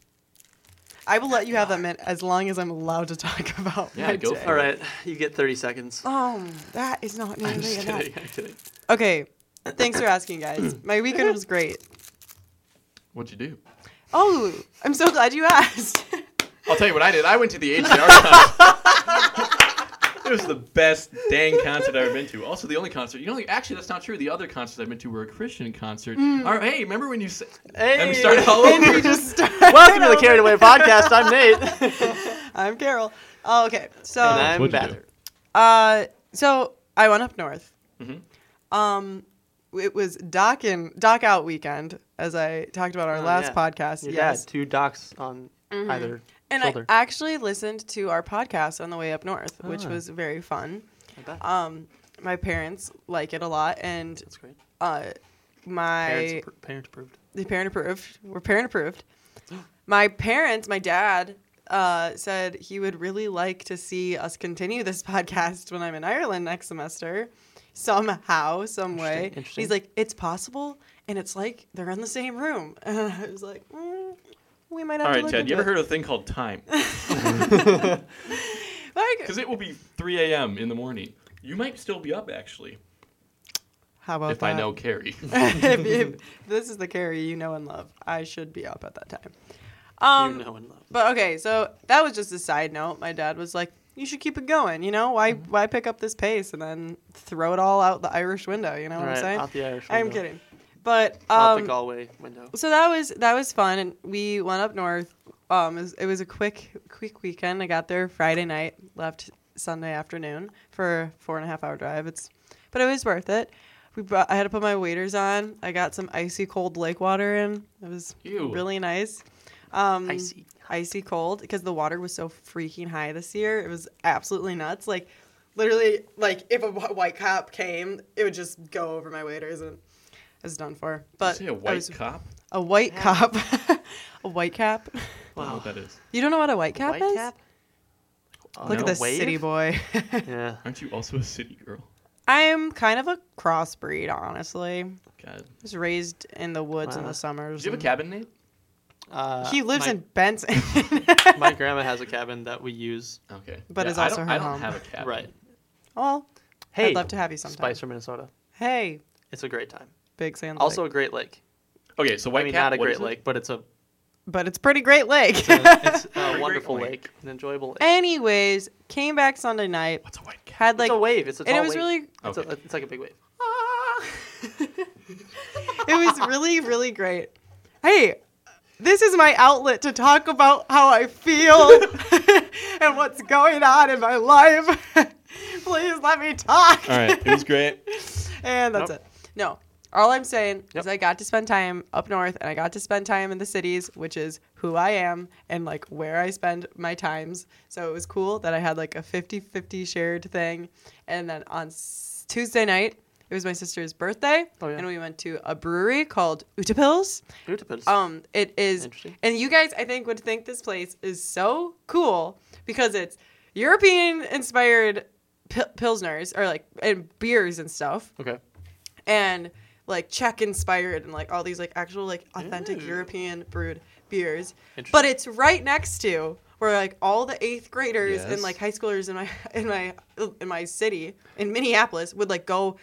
Speaker 3: I will let you have that mint as long as I'm allowed to talk <laughs> about
Speaker 1: Yeah,
Speaker 3: my
Speaker 1: go
Speaker 3: day.
Speaker 1: for
Speaker 2: All right. You get 30 seconds.
Speaker 3: Um, that is not
Speaker 1: I'm
Speaker 3: nearly
Speaker 1: just
Speaker 3: enough.
Speaker 1: kidding. I'm kidding.
Speaker 3: Okay. Thanks for
Speaker 1: <clears throat>
Speaker 3: asking, guys. My weekend was great.
Speaker 1: What'd you do?
Speaker 3: Oh, I'm so glad you <laughs> asked.
Speaker 1: I'll tell you what I did. I went to the HDR concert. <laughs> it was the best dang concert I've ever been to. Also, the only concert. You know, actually, that's not true. The other concerts I've been to were a Christian concert.
Speaker 2: Mm.
Speaker 1: All right, hey, remember when you said? Let me start all
Speaker 3: and we
Speaker 1: over.
Speaker 3: <laughs>
Speaker 2: <laughs>
Speaker 3: just
Speaker 2: Welcome to the Carried Away podcast. I'm <laughs> Nate.
Speaker 3: I'm Carol. Oh, okay.
Speaker 2: and
Speaker 3: So,
Speaker 2: I'm
Speaker 1: What'd you do?
Speaker 2: Bather.
Speaker 3: uh, so I went up north.
Speaker 1: Mhm.
Speaker 3: Um, it was dock in dock out weekend, as I talked about our
Speaker 2: Oh,
Speaker 3: last
Speaker 2: yeah.
Speaker 3: podcast.
Speaker 2: Your
Speaker 3: yes, Mm-hmm.
Speaker 2: dad, two docs on either
Speaker 3: and
Speaker 2: shoulder.
Speaker 3: I actually listened to our podcast on the way up north, which
Speaker 2: Ah.
Speaker 3: was very fun.
Speaker 2: I bet.
Speaker 3: Um, my parents like it a lot, and
Speaker 2: That's great.
Speaker 3: uh,
Speaker 2: Parents,
Speaker 3: my
Speaker 2: appro- parent approved.
Speaker 3: the parent approved. We're parent approved. My parents, my dad, uh, said he would really like to see us continue this <laughs> podcast when I'm in Ireland next semester, somehow, some way.
Speaker 2: Interesting, interesting.
Speaker 3: He's like, it's possible, and it's like they're in the same room. <laughs> And I was like, mm, we might have
Speaker 1: All
Speaker 3: to
Speaker 1: right,
Speaker 3: look
Speaker 1: Ted. You
Speaker 3: into
Speaker 1: ever
Speaker 3: it.
Speaker 1: heard of a thing called
Speaker 2: <laughs>
Speaker 1: time?
Speaker 3: Like,
Speaker 1: <laughs> Because it will be 3 a.m. in the morning. You might still be up actually,
Speaker 3: how about
Speaker 1: if I
Speaker 3: that? <laughs>
Speaker 1: know Carrie.
Speaker 3: if, if this is the Carrie you know and love, I should be up at that time. Um,
Speaker 2: you know and love.
Speaker 3: But okay, so that was just a side note. My dad was like, "You should keep it going. You know, why
Speaker 2: Mm-hmm.
Speaker 3: why pick up this pace and then throw it all out the Irish window? You know what
Speaker 2: Right,
Speaker 3: I'm saying?
Speaker 2: out the Irish
Speaker 3: I'm
Speaker 2: window.
Speaker 3: kidding. But
Speaker 2: Out the
Speaker 3: um,
Speaker 2: Galway window.
Speaker 3: so that was that was fun, and we went up north. Um, it was, it was a quick quick weekend. I got there Friday night, left Sunday afternoon for a four and a half hour drive. It's, but it was worth it. We brought, I had to put my waders on. I got some icy cold lake water in. It was
Speaker 1: Ew.
Speaker 3: really nice. Um,
Speaker 2: Icy.
Speaker 3: icy cold because the water was so freaking high this year. It was absolutely nuts. Like, literally, like if a wh- white cop came, it would just go over my waders and I was done for. But
Speaker 1: Did you say a
Speaker 3: I
Speaker 1: white
Speaker 3: was-
Speaker 1: cop.
Speaker 3: a white cop. <laughs> a white cap.
Speaker 1: I don't know what that is.
Speaker 3: You don't know what a white cap is? Look
Speaker 1: No.
Speaker 3: at this
Speaker 2: Wave?
Speaker 3: city boy. <laughs>
Speaker 2: Yeah.
Speaker 1: Aren't you also a city girl?
Speaker 3: I'm kind of a crossbreed, honestly.
Speaker 1: God.
Speaker 3: Was raised in the woods in
Speaker 2: Wow.
Speaker 3: the summers.
Speaker 1: Do you have a cabin name?
Speaker 2: Uh,
Speaker 3: He lives
Speaker 2: my,
Speaker 3: in Benson.
Speaker 1: <laughs>
Speaker 2: My grandma has a cabin that we use.
Speaker 1: Okay.
Speaker 3: But
Speaker 1: Yeah,
Speaker 3: it's
Speaker 1: I
Speaker 3: also
Speaker 1: don't-
Speaker 3: her
Speaker 1: I don't
Speaker 3: home.
Speaker 1: have a cabin.
Speaker 2: Right.
Speaker 3: <laughs> well,
Speaker 2: Hey,
Speaker 3: love to have you sometime.
Speaker 2: Spice from Minnesota.
Speaker 3: hey,
Speaker 2: It's a great time.
Speaker 3: Big Sand Lake.
Speaker 2: Also a great lake.
Speaker 1: Okay, so white
Speaker 2: I mean,
Speaker 1: cap.
Speaker 2: not a
Speaker 1: what
Speaker 2: great
Speaker 1: is it?
Speaker 2: lake, but it's a,
Speaker 3: but it's pretty Great Lake.
Speaker 2: it's a
Speaker 1: great
Speaker 2: wonderful
Speaker 1: lake.
Speaker 2: lake. an enjoyable lake.
Speaker 3: <laughs> Anyways, came back Sunday night.
Speaker 1: What's a white cap?
Speaker 3: Had like
Speaker 2: it's a wave. It's a tall
Speaker 3: and it was
Speaker 2: wave.
Speaker 3: really
Speaker 2: It's, a,
Speaker 1: Okay.
Speaker 2: it's like a big wave.
Speaker 3: it was really, really great. Hey, this is my outlet to talk about how
Speaker 2: <laughs>
Speaker 3: I feel and what's going on in my life. <laughs> Please let me talk.
Speaker 1: All right, it was <laughs> great.
Speaker 3: and that's
Speaker 2: Nope.
Speaker 3: it. No. All I'm saying
Speaker 2: Yep.
Speaker 3: is I got to spend time up north and I got to spend time in the cities, which is who I am and like where I spend my times. So it was cool that I had like a 50-50 shared thing. And then on s- Tuesday night, it was my sister's birthday
Speaker 2: Oh, yeah.
Speaker 3: and we went to a brewery called Utapils.
Speaker 2: Utapis.
Speaker 3: Um, it is,
Speaker 2: Interesting.
Speaker 3: and you guys, I think, would think this place is so cool because it's European-inspired pil- pilsners or like and beers and stuff,
Speaker 2: okay.
Speaker 3: and like Czech-inspired and like all these like actual like authentic
Speaker 2: Ooh.
Speaker 3: European brewed beers. But
Speaker 2: Mm. Interesting.
Speaker 3: it's right next to where like all the eighth graders
Speaker 1: Yes.
Speaker 3: and like high schoolers in my in my in my city in Minneapolis would like go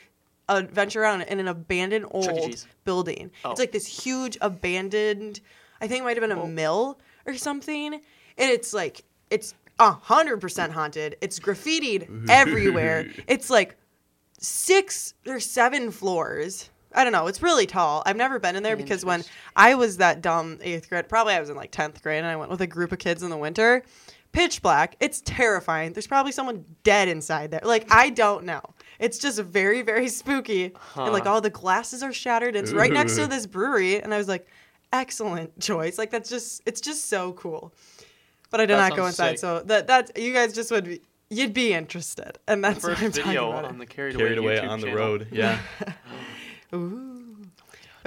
Speaker 3: uh, venture around in an abandoned
Speaker 2: E.
Speaker 3: old
Speaker 2: Cheese.
Speaker 3: building.
Speaker 2: Oh.
Speaker 3: It's like this huge abandoned. I think it might have been a
Speaker 2: Well-
Speaker 3: mill or something, and it's like it's a hundred percent haunted.
Speaker 2: <laughs>
Speaker 3: It's graffitied everywhere. It's like six or seven floors. I don't know. It's really tall. I've never been
Speaker 2: Oh
Speaker 3: in there because when I was that dumb eighth grade, probably I was in like 10th grade, and I went with a group of kids in the winter. Pitch black. It's terrifying. There's probably someone dead inside there. Like, I don't know. It's just very, very spooky. And like
Speaker 2: Huh.
Speaker 3: all the glasses are shattered. It's right next to
Speaker 1: Ooh.
Speaker 3: this brewery. And I was like, excellent choice. Like, that's just, it's just so cool. But I did
Speaker 2: That
Speaker 3: not go
Speaker 2: sounds
Speaker 3: inside.
Speaker 2: sick.
Speaker 3: So that, that's, you guys just would be, you'd be interested. And that's what
Speaker 2: First
Speaker 3: I'm talking
Speaker 2: video
Speaker 3: about. it.
Speaker 2: on the carried,
Speaker 1: Carried away
Speaker 2: YouTube
Speaker 1: on the
Speaker 2: channel.
Speaker 1: road. <laughs> Yeah.
Speaker 3: But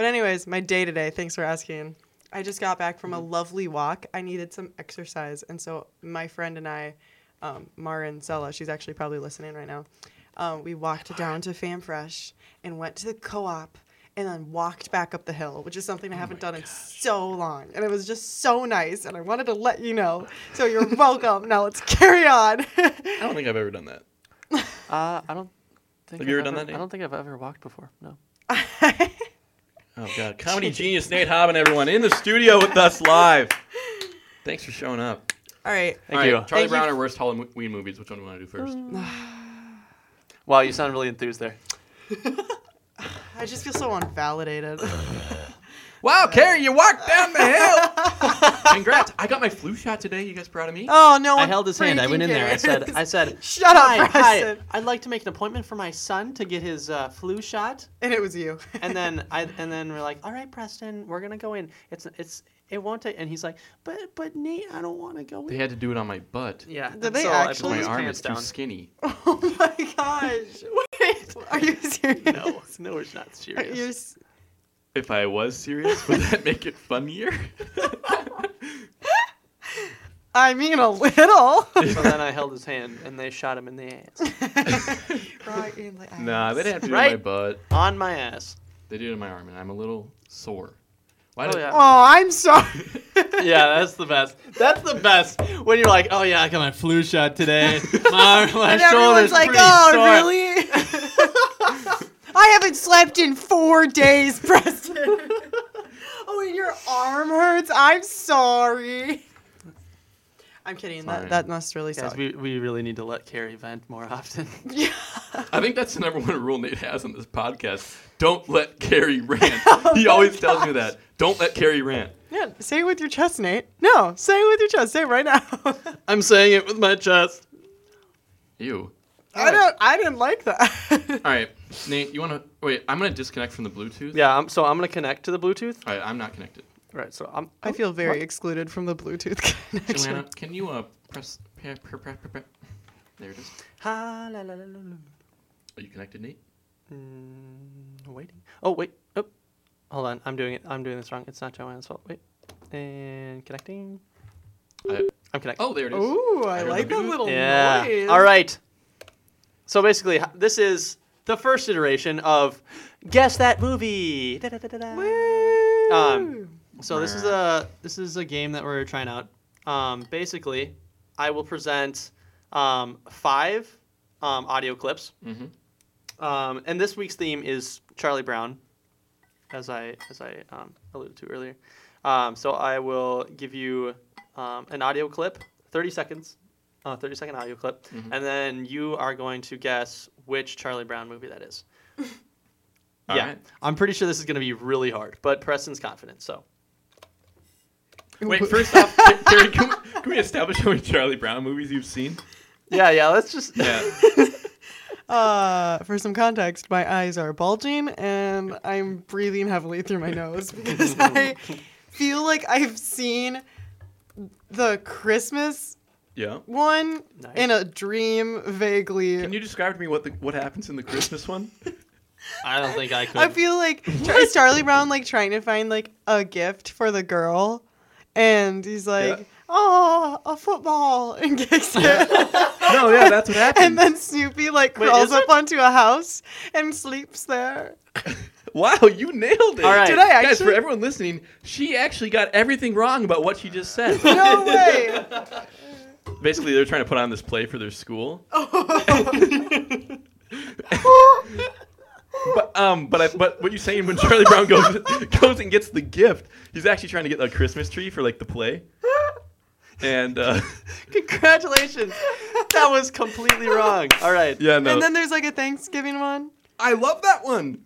Speaker 3: anyways, my day to day. Thanks for asking. I just got back from a lovely walk. I needed some exercise, and so my friend and I, um, Marin Sella, she's actually probably listening right now. Um, we walked down to FamFresh and went to the co-op, and then walked back up the hill, which is something I haven't done in so long. And it was just so nice, and I wanted to let you know. So you're welcome. Now let's carry on. <laughs>
Speaker 1: I don't think I've ever done that.
Speaker 2: Uh, I don't think
Speaker 1: Have you ever
Speaker 2: I've
Speaker 1: done that,
Speaker 2: I
Speaker 1: Nate?
Speaker 2: don't think I've ever walked before. No.
Speaker 1: Oh God, <laughs> comedy genius Nate Hobbin, everyone in the studio with us live. Thanks for showing up.
Speaker 3: All right.
Speaker 2: Thank
Speaker 1: All
Speaker 2: you.
Speaker 1: right, Charlie
Speaker 3: Thank you.
Speaker 1: Brown or worst Halloween movies? Which one do we want to do first?
Speaker 2: Wow, you sound really enthused there.
Speaker 3: I just feel so unvalidated.
Speaker 1: Wow, Carrie, you <laughs> walked down the hill. <laughs> Congrats! I got my flu shot today. You guys proud of me?
Speaker 3: Oh no!
Speaker 2: I
Speaker 3: one
Speaker 2: held his hand. I went in there. I
Speaker 3: freaking
Speaker 2: said,
Speaker 3: <laughs> cares.
Speaker 2: I said,
Speaker 3: Shut up,
Speaker 2: "Hi, hi,
Speaker 3: Preston."
Speaker 2: I'd like to make an appointment for my son to get his uh, flu shot.
Speaker 3: and it was you.
Speaker 2: And then I, and then we're like, all right, Preston, we're gonna go in. It's, it's, it won't take. And he's like, but, but Nate, I don't want to go
Speaker 1: They
Speaker 2: in.
Speaker 1: had to do it on my butt.
Speaker 2: Yeah.
Speaker 3: Did
Speaker 2: and
Speaker 3: they
Speaker 1: Because
Speaker 2: I
Speaker 3: actually-
Speaker 2: pulled
Speaker 1: My
Speaker 2: his
Speaker 1: arm
Speaker 2: pants
Speaker 1: is too skinny.
Speaker 3: <laughs> oh my gosh! Wait, are you serious?
Speaker 2: <laughs> No, <laughs> no, it's not
Speaker 3: Are you
Speaker 2: serious.
Speaker 3: s-
Speaker 1: If I was serious, would that <laughs> make it funnier?
Speaker 3: I mean, a little.
Speaker 2: <laughs>
Speaker 3: <laughs>
Speaker 2: so then I held his hand, and they shot him in the ass.
Speaker 3: right in the ass.
Speaker 1: nah, they didn't have to do it on
Speaker 2: Right.
Speaker 1: my butt.
Speaker 2: On my ass.
Speaker 1: They did it on my arm, and I'm a little sore. Why
Speaker 2: Oh,
Speaker 1: did
Speaker 2: yeah.
Speaker 3: Oh, I'm sorry.
Speaker 2: <laughs> <laughs> Yeah, that's the best. That's the best when you're like, oh yeah, I got my flu shot <laughs> today. My, arm- my
Speaker 3: and everyone's
Speaker 2: shoulder's
Speaker 3: like,
Speaker 2: pretty
Speaker 3: "Oh,
Speaker 2: sore."
Speaker 3: really?" <laughs> I haven't slept in four days, <laughs> Preston. oh, and your arm hurts. I'm sorry. I'm kidding.
Speaker 1: Fine.
Speaker 3: That, that must really
Speaker 2: Guys,
Speaker 3: suck.
Speaker 2: we, we really need to let Carrie vent more often.
Speaker 3: Yeah.
Speaker 1: I think that's the number one rule Nate has on this podcast. Don't let <laughs> Carrie rant. he always tells me that. Don't let Carrie rant.
Speaker 3: <laughs> yeah, say it with your chest, Nate. No, say it with your chest. Say it right now. <laughs>
Speaker 2: I'm saying it with my chest.
Speaker 1: Ew.
Speaker 3: I don't. I didn't
Speaker 2: <laughs>
Speaker 3: like that.
Speaker 1: All right, Nate, you want to wait? I'm gonna disconnect from the Bluetooth.
Speaker 2: Yeah, I'm, so I'm gonna connect to the Bluetooth.
Speaker 1: All right, I'm not connected.
Speaker 2: Right, so I'm.
Speaker 3: I feel very
Speaker 2: What?
Speaker 3: excluded from the Bluetooth <laughs> connection.
Speaker 1: Joanna, can you uh press? Pre- pre- pre- pre- pre- There it is.
Speaker 2: Ha, la, la, la, la, la.
Speaker 1: Are you connected, Nate?
Speaker 2: Mm, waiting. Oh wait. Oh, hold on. I'm doing it. I'm doing this wrong. It's not Joanne's fault. Wait. And connecting.
Speaker 1: I,
Speaker 2: I'm connecting.
Speaker 1: oh, there it is.
Speaker 3: Ooh, I
Speaker 1: heard
Speaker 3: like
Speaker 1: the
Speaker 3: that
Speaker 1: Bluetooth.
Speaker 3: little
Speaker 2: yeah.
Speaker 3: noise.
Speaker 2: All right. So basically, h- this is the first iteration of guess that movie. Da-da-da-da-da.
Speaker 3: Woo.
Speaker 2: Um, So this is a this is a game that we're trying out. Um, basically, I will present um, five um, audio clips,
Speaker 1: Mhm.
Speaker 2: um, and this week's theme is Charlie Brown, as I as I um, alluded to earlier. Um, so I will give you um, an audio clip, thirty seconds, uh, thirty second audio clip, and then you are going to guess which Charlie Brown movie that <laughs> is.
Speaker 1: All
Speaker 2: yeah,
Speaker 1: right.
Speaker 2: I'm pretty sure this is going to be really hard, but Preston's confident, so.
Speaker 1: Wait, first off, <laughs> Ca- Carrie, can we, can we establish how many Charlie Brown movies you've seen?
Speaker 2: Yeah, <laughs> yeah. Let's just
Speaker 1: Yeah.
Speaker 3: Uh, for some context, my eyes are bulging and I'm breathing heavily through my nose <laughs> because I feel like I've seen the Christmas
Speaker 1: Yeah.
Speaker 3: one
Speaker 2: Nice.
Speaker 3: in a dream vaguely.
Speaker 1: Can you describe to me what the, what happens in the Christmas one?
Speaker 2: I don't think I could.
Speaker 3: I feel like is Charlie Brown like trying to find like a gift for the girl, and he's like,
Speaker 1: Yeah.
Speaker 3: "Oh, a football," <laughs> and kicks it.
Speaker 1: <laughs> no, yeah, that's what happens.
Speaker 3: <laughs> And then Snoopy like
Speaker 2: Wait,
Speaker 3: crawls
Speaker 2: is
Speaker 3: up
Speaker 2: it?
Speaker 3: onto a house and sleeps there. <laughs>
Speaker 1: Wow, you nailed it.
Speaker 2: All right.
Speaker 1: Did
Speaker 2: Did
Speaker 1: I
Speaker 3: I
Speaker 1: Guys, for
Speaker 3: actually?
Speaker 1: everyone listening, she actually got everything wrong about what she just said.
Speaker 3: No
Speaker 2: <laughs>
Speaker 3: way.
Speaker 1: <laughs> Basically, they're trying to put on this play for their school.
Speaker 3: Oh.
Speaker 1: But um, but I, but what you're saying when Charlie Brown goes <laughs> goes and gets the gift, he's actually trying to get a Christmas tree for like the play. And uh, <laughs>
Speaker 2: Congratulations. That was completely <laughs> wrong. All right.
Speaker 1: yeah, no,
Speaker 3: And then there's like a Thanksgiving one.
Speaker 1: I love that one.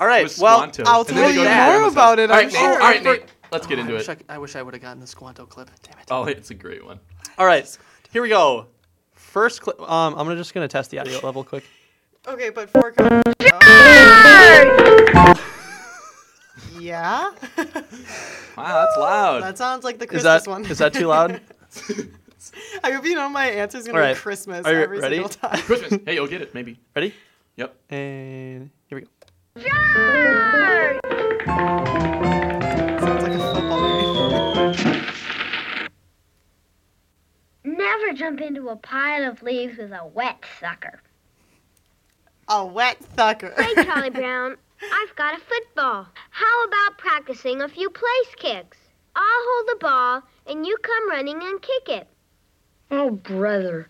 Speaker 2: All right. Well,
Speaker 1: Squanto.
Speaker 3: I'll
Speaker 1: And then
Speaker 3: tell
Speaker 1: they go
Speaker 3: you
Speaker 1: to
Speaker 3: more
Speaker 1: Grandma's house.
Speaker 3: about it,
Speaker 1: All right,
Speaker 3: I'm
Speaker 1: Nate,
Speaker 3: sure.
Speaker 1: All right, Nate, let's get
Speaker 2: Oh,
Speaker 1: into
Speaker 2: I
Speaker 1: it.
Speaker 2: Wish I, I wish I would have gotten the Squanto clip. Damn it.
Speaker 1: Oh, <laughs> it's a great one.
Speaker 2: All right. Here we go. First clip. Um, I'm gonna- just going to test the <laughs> audio level quick.
Speaker 3: Okay, but
Speaker 2: <laughs>
Speaker 3: for coverage. yeah.
Speaker 1: Wow, that's loud.
Speaker 3: That sounds like the
Speaker 2: Is
Speaker 3: Christmas
Speaker 2: that
Speaker 3: one.
Speaker 2: is that too <laughs> loud?
Speaker 3: <laughs> I hope you know my answer's gonna
Speaker 2: All right.
Speaker 3: be Christmas
Speaker 2: Are you
Speaker 3: every
Speaker 2: ready?
Speaker 3: single
Speaker 1: <laughs>
Speaker 3: time.
Speaker 1: Christmas. Hey, you'll get it maybe.
Speaker 2: Ready?
Speaker 1: Yep.
Speaker 2: And here we go.
Speaker 3: sounds like a football game.
Speaker 5: Never jump into a pile of leaves with a wet sucker.
Speaker 3: A wet sucker.
Speaker 5: Hey, Charlie Brown, I've got a football. How about practicing a few place kicks? I'll hold the ball, and you come running and kick it. Oh, brother.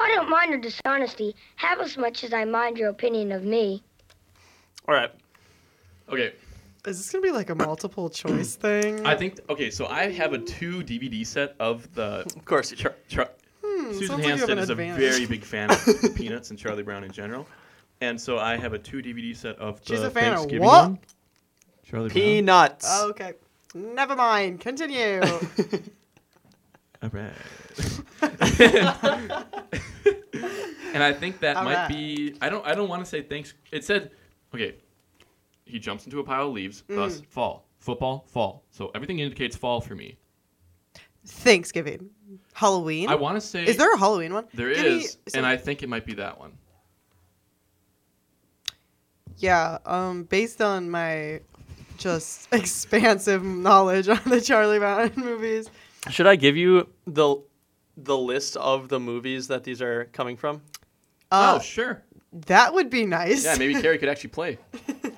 Speaker 5: I don't mind your dishonesty half as much as I mind your opinion of me.
Speaker 2: All right.
Speaker 1: Okay.
Speaker 3: <laughs> Is this gonna be like a multiple choice thing?
Speaker 1: I think okay, so I have a two DVD set of
Speaker 3: <laughs>
Speaker 1: the
Speaker 2: Of course.
Speaker 1: Char- Char- Susan
Speaker 3: Hmm, sounds like you have
Speaker 1: Hanston
Speaker 3: an
Speaker 1: is a
Speaker 3: advantage.
Speaker 1: very big fan
Speaker 3: <laughs>
Speaker 1: of Peanuts and Charlie Brown in general, and so I have a two DVD set of the
Speaker 3: She's a fan of
Speaker 1: Thanksgiving
Speaker 3: what?
Speaker 1: one. Charlie Brown.
Speaker 2: Peanuts.
Speaker 3: Okay. Never mind. Continue.
Speaker 1: All right. and I think that
Speaker 3: All
Speaker 1: might
Speaker 3: right.
Speaker 1: be. I don't. I don't want to say thanks. It said, okay. He jumps into a pile of leaves.
Speaker 3: Mm.
Speaker 1: Thus, fall. Football, fall. So everything indicates fall for me.
Speaker 3: Thanksgiving. Halloween.
Speaker 1: I want to say
Speaker 3: is there a Halloween one?
Speaker 1: There
Speaker 3: Give me
Speaker 1: is,
Speaker 3: some-
Speaker 1: and I think it might be that one.
Speaker 3: Yeah, um, based on my just <laughs> expansive knowledge on the Charlie Brown <laughs> movies.
Speaker 2: Should I give you <laughs> the the list of the movies that these are coming from?
Speaker 3: Uh,
Speaker 1: oh, sure.
Speaker 3: That would be nice.
Speaker 1: Yeah,
Speaker 3: <laughs>
Speaker 1: maybe Carrie could actually play.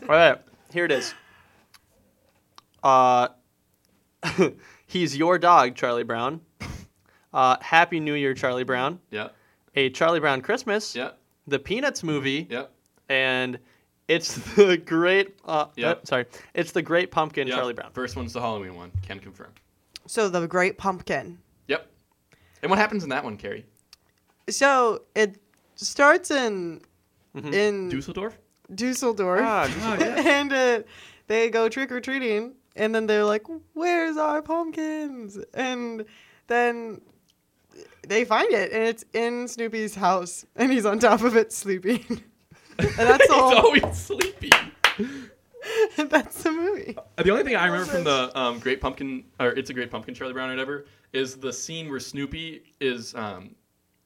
Speaker 2: All right, here it is. Uh, <laughs> he's your dog, Charlie Brown. Uh, Happy New Year, Charlie Brown.
Speaker 1: Yeah,
Speaker 2: A Charlie Brown Christmas.
Speaker 1: yeah, Mm-hmm.
Speaker 2: The Peanuts movie.
Speaker 1: yeah.
Speaker 2: And it's <laughs> the great. Uh,
Speaker 1: Yeah.
Speaker 2: uh, sorry, it's the Great Pumpkin,
Speaker 1: yeah.
Speaker 2: Charlie Brown.
Speaker 1: First one's the Halloween one. Can confirm.
Speaker 3: So the Great Pumpkin.
Speaker 1: Yep. And what happens in that one, Carrie?
Speaker 3: So it starts in
Speaker 1: Mm-hmm.
Speaker 3: in
Speaker 1: Dusseldorf.
Speaker 3: Dusseldorf, <laughs>
Speaker 2: Ah,
Speaker 3: and it, they go trick or treating, and then they're like, "Where's our pumpkins?" And then they find it, and it's in Snoopy's house, and he's on top of it sleeping. <laughs> and
Speaker 1: <laughs>
Speaker 3: that's
Speaker 1: He's
Speaker 3: all.
Speaker 1: always sleepy.
Speaker 3: <laughs> that's the movie.
Speaker 1: Uh, The only thing I remember from the um, Great Pumpkin, or It's a Great Pumpkin, Charlie Brown, or whatever, is the scene where Snoopy is. Um,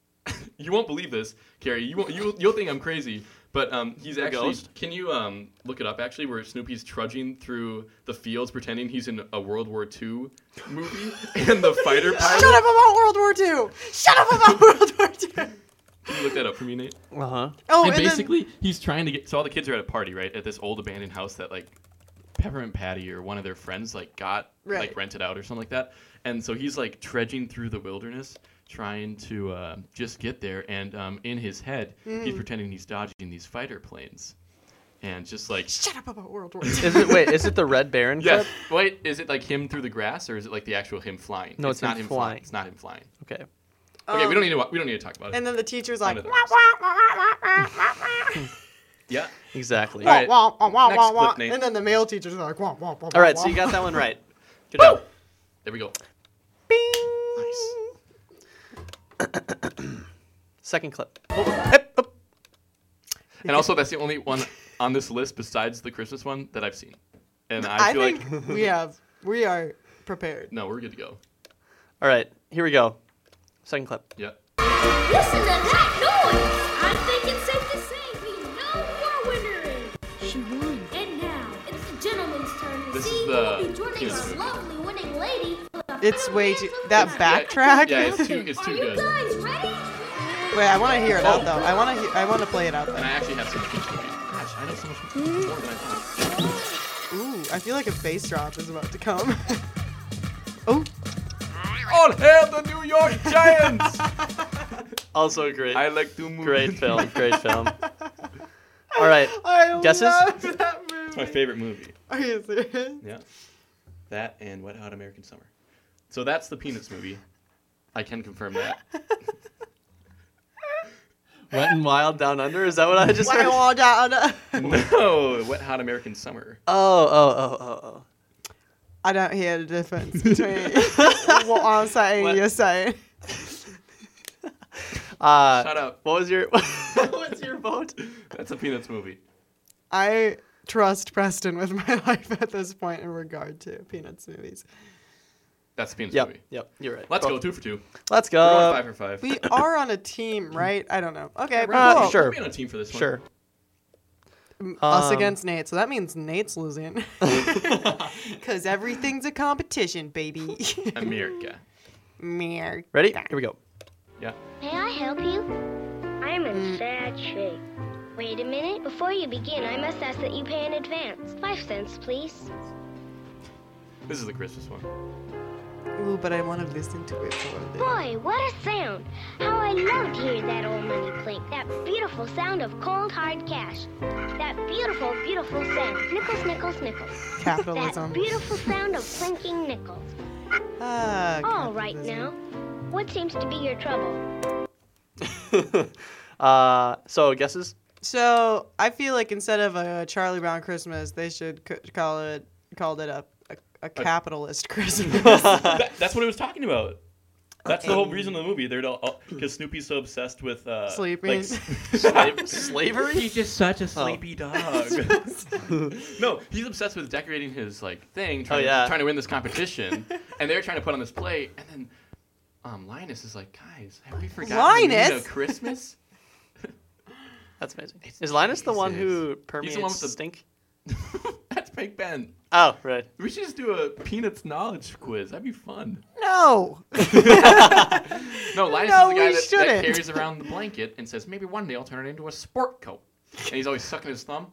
Speaker 1: <laughs> you won't believe this, Carrie. You won't, you, you'll think I'm crazy, but um, he's actually.
Speaker 2: ghost?
Speaker 1: Can you um, look it up actually, where Snoopy's trudging through the fields pretending he's in a World War II movie, <laughs> and the fighter
Speaker 3: Shut
Speaker 1: pilot.
Speaker 3: up about World War II. Shut up about <laughs> World War II.
Speaker 1: Can you look that up for me, Nate?
Speaker 2: Uh huh.
Speaker 3: Oh,
Speaker 1: and
Speaker 3: and, then-
Speaker 1: basically, he's trying to get. So all the kids are at a party, right, at this old abandoned house that like Peppermint Patty or one of their friends like got like
Speaker 3: Right.
Speaker 1: rented out or something like that. And so he's like trudging through the wilderness, trying to uh, just get there. And um, in his head,
Speaker 3: Hmm.
Speaker 1: he's pretending he's dodging these fighter planes, and just like.
Speaker 3: shut up about
Speaker 1: <laughs>
Speaker 3: World War II.
Speaker 2: Is it wait? Is it the Red Baron
Speaker 1: Yeah.
Speaker 2: clip?
Speaker 1: Wait, is it like him through the grass, or is it like the actual him flying?
Speaker 2: No, it's him
Speaker 1: not him
Speaker 2: flying.
Speaker 1: It's not him flying.
Speaker 2: Okay.
Speaker 1: Okay, we
Speaker 3: Um,
Speaker 1: don't need to. wa- We don't need to talk about it.
Speaker 3: And then the teacher's
Speaker 1: None
Speaker 3: like,
Speaker 1: of
Speaker 3: wah,
Speaker 1: those.
Speaker 3: wah, wah, wah, wah, wah.
Speaker 1: Yeah.
Speaker 2: Exactly.
Speaker 1: All right.
Speaker 3: wah, wah, wah,
Speaker 1: Next
Speaker 3: wah,
Speaker 1: clip,
Speaker 3: wah.
Speaker 1: Nate.
Speaker 3: And then the male teacher's like, wah, wah, wah,
Speaker 2: All right.
Speaker 3: wah,
Speaker 2: So you got that one right.
Speaker 1: Good job. There we go.
Speaker 3: Bing.
Speaker 1: Nice.
Speaker 2: Second clip.
Speaker 1: And also, that's the only one on this list besides the Christmas one that I've seen. And I,
Speaker 3: I,
Speaker 1: feel
Speaker 3: think
Speaker 1: like
Speaker 2: <laughs>
Speaker 3: we have, we are prepared.
Speaker 1: no, we're good to go.
Speaker 2: All right. Here we go. Second clip.
Speaker 1: Yeah.
Speaker 6: Listen to that noise! I think it's safe to say we know who our winner is.
Speaker 4: She won.
Speaker 6: And now it's the gentleman's turn. to
Speaker 1: This
Speaker 6: See
Speaker 1: is
Speaker 6: who
Speaker 1: the
Speaker 6: will be joining
Speaker 1: penis
Speaker 6: our
Speaker 1: movie.
Speaker 6: lovely winning lady. for the
Speaker 3: It's
Speaker 6: final
Speaker 3: way
Speaker 6: dance
Speaker 3: too,
Speaker 6: of
Speaker 3: that
Speaker 6: the night.
Speaker 3: backtrack.
Speaker 1: Yeah, it's too it's
Speaker 6: Are
Speaker 1: too
Speaker 6: you
Speaker 1: good. And
Speaker 6: guys ready?
Speaker 3: Wait, I want to hear it out though. I want to, I want to play it out
Speaker 1: I
Speaker 3: though.
Speaker 1: actually have so much Christmas movie. Gosh, I know so much more than I thought.
Speaker 3: Ooh, I feel like a bass drop is about to come. <laughs> oh, <laughs>
Speaker 1: All hail the New York Giants!
Speaker 2: Also
Speaker 1: <laughs>
Speaker 2: great.
Speaker 1: I like to move.
Speaker 2: Great film. <laughs> Great film. All right.
Speaker 3: I
Speaker 2: Guesses?
Speaker 3: love that movie.
Speaker 1: It's my favorite movie.
Speaker 3: Are you serious?
Speaker 1: Yeah. That and Wet Hot American Summer. So that's the Peanuts movie. I can confirm
Speaker 2: <laughs>
Speaker 1: that.
Speaker 2: Wet and Wild Down Under. Is that what I just
Speaker 3: Why
Speaker 2: heard? Oh,
Speaker 3: all down?
Speaker 1: no, Wet Hot American Summer.
Speaker 2: <laughs> oh, oh, oh, oh.
Speaker 3: I don't hear the
Speaker 2: <laughs>
Speaker 3: difference between what I'm saying
Speaker 2: What?
Speaker 3: and you're saying.
Speaker 2: Uh,
Speaker 1: Shut up.
Speaker 2: What was your <laughs> What was your vote?
Speaker 1: That's a Peanuts movie.
Speaker 3: I trust Preston with my <laughs> life at this point in regard to Peanuts movies.
Speaker 1: That's a Peanuts
Speaker 2: Yep. Uh,
Speaker 1: movie.
Speaker 2: Yep. You're right.
Speaker 1: Let's
Speaker 2: Well,
Speaker 1: go two for two.
Speaker 2: Let's
Speaker 1: We're going
Speaker 2: go.
Speaker 1: five for five.
Speaker 3: We are on a team, right? I don't know. Okay,
Speaker 1: We're on a
Speaker 2: Uh,
Speaker 1: team.
Speaker 3: cool.
Speaker 2: sure.
Speaker 1: We'll be on a team for this one.
Speaker 2: Sure.
Speaker 3: Us
Speaker 2: Um,
Speaker 3: against Nate, so that means
Speaker 2: <laughs>
Speaker 3: Nate's losing. <laughs> Because everything's a
Speaker 2: <laughs>
Speaker 3: competition, baby.
Speaker 1: America.
Speaker 3: Mer.
Speaker 2: Ready? Here we go.
Speaker 1: Yeah.
Speaker 5: May I help you? I'm in bad shape. Wait a minute. Before you begin, I must ask that you pay in advance. Five cents, please.
Speaker 1: This is the Christmas one.
Speaker 2: <laughs>
Speaker 3: Ooh, but I want to listen to it for a little.
Speaker 5: Boy, what a sound! How I love to hear that old money clink. That beautiful sound of cold, hard cash. That beautiful, beautiful sound. Nickels, nickels, nickels. That
Speaker 3: Capitalism.
Speaker 5: beautiful sound of clinking nickels.
Speaker 3: Ah,
Speaker 5: All right
Speaker 3: capitalism.
Speaker 5: now, what seems to be your trouble?
Speaker 2: Uh, so guesses.
Speaker 3: So I feel like instead of a Charlie Brown Christmas, they should c- call it called it a, a,
Speaker 2: <laughs>
Speaker 3: a capitalist Christmas.
Speaker 1: That- that's what it was talking about. That's the whole reason of the movie. They're because Snoopy's so obsessed with uh,
Speaker 3: Sleeping.
Speaker 1: <laughs> Like,
Speaker 2: Slavery?
Speaker 1: He's just
Speaker 2: Oh.
Speaker 1: such a
Speaker 2: sleepy <laughs>
Speaker 1: dog. no, he's obsessed with decorating his like thing, trying,
Speaker 2: Oh, yeah.
Speaker 1: to, trying to win this
Speaker 2: <laughs>
Speaker 1: competition, and they're trying to put on this play, and then um, Linus is like, "Guys, have we forgotten the meaning
Speaker 3: Linus?
Speaker 1: of Christmas?" <laughs>
Speaker 2: That's amazing.
Speaker 1: It's
Speaker 2: Is Linus the one
Speaker 1: Jesus.
Speaker 2: who
Speaker 1: He's
Speaker 2: permeates
Speaker 1: the one with the-
Speaker 2: stink?
Speaker 1: That's Big Ben.
Speaker 2: Oh, right.
Speaker 1: We should just do a Peanuts knowledge quiz. That'd be fun.
Speaker 3: no.
Speaker 1: No, Linus is
Speaker 3: No,
Speaker 1: the guy
Speaker 3: we
Speaker 1: that,
Speaker 3: shouldn't.
Speaker 1: that carries around the blanket and says, "Maybe one day I'll turn it into a sport coat." And he's always sucking his thumb.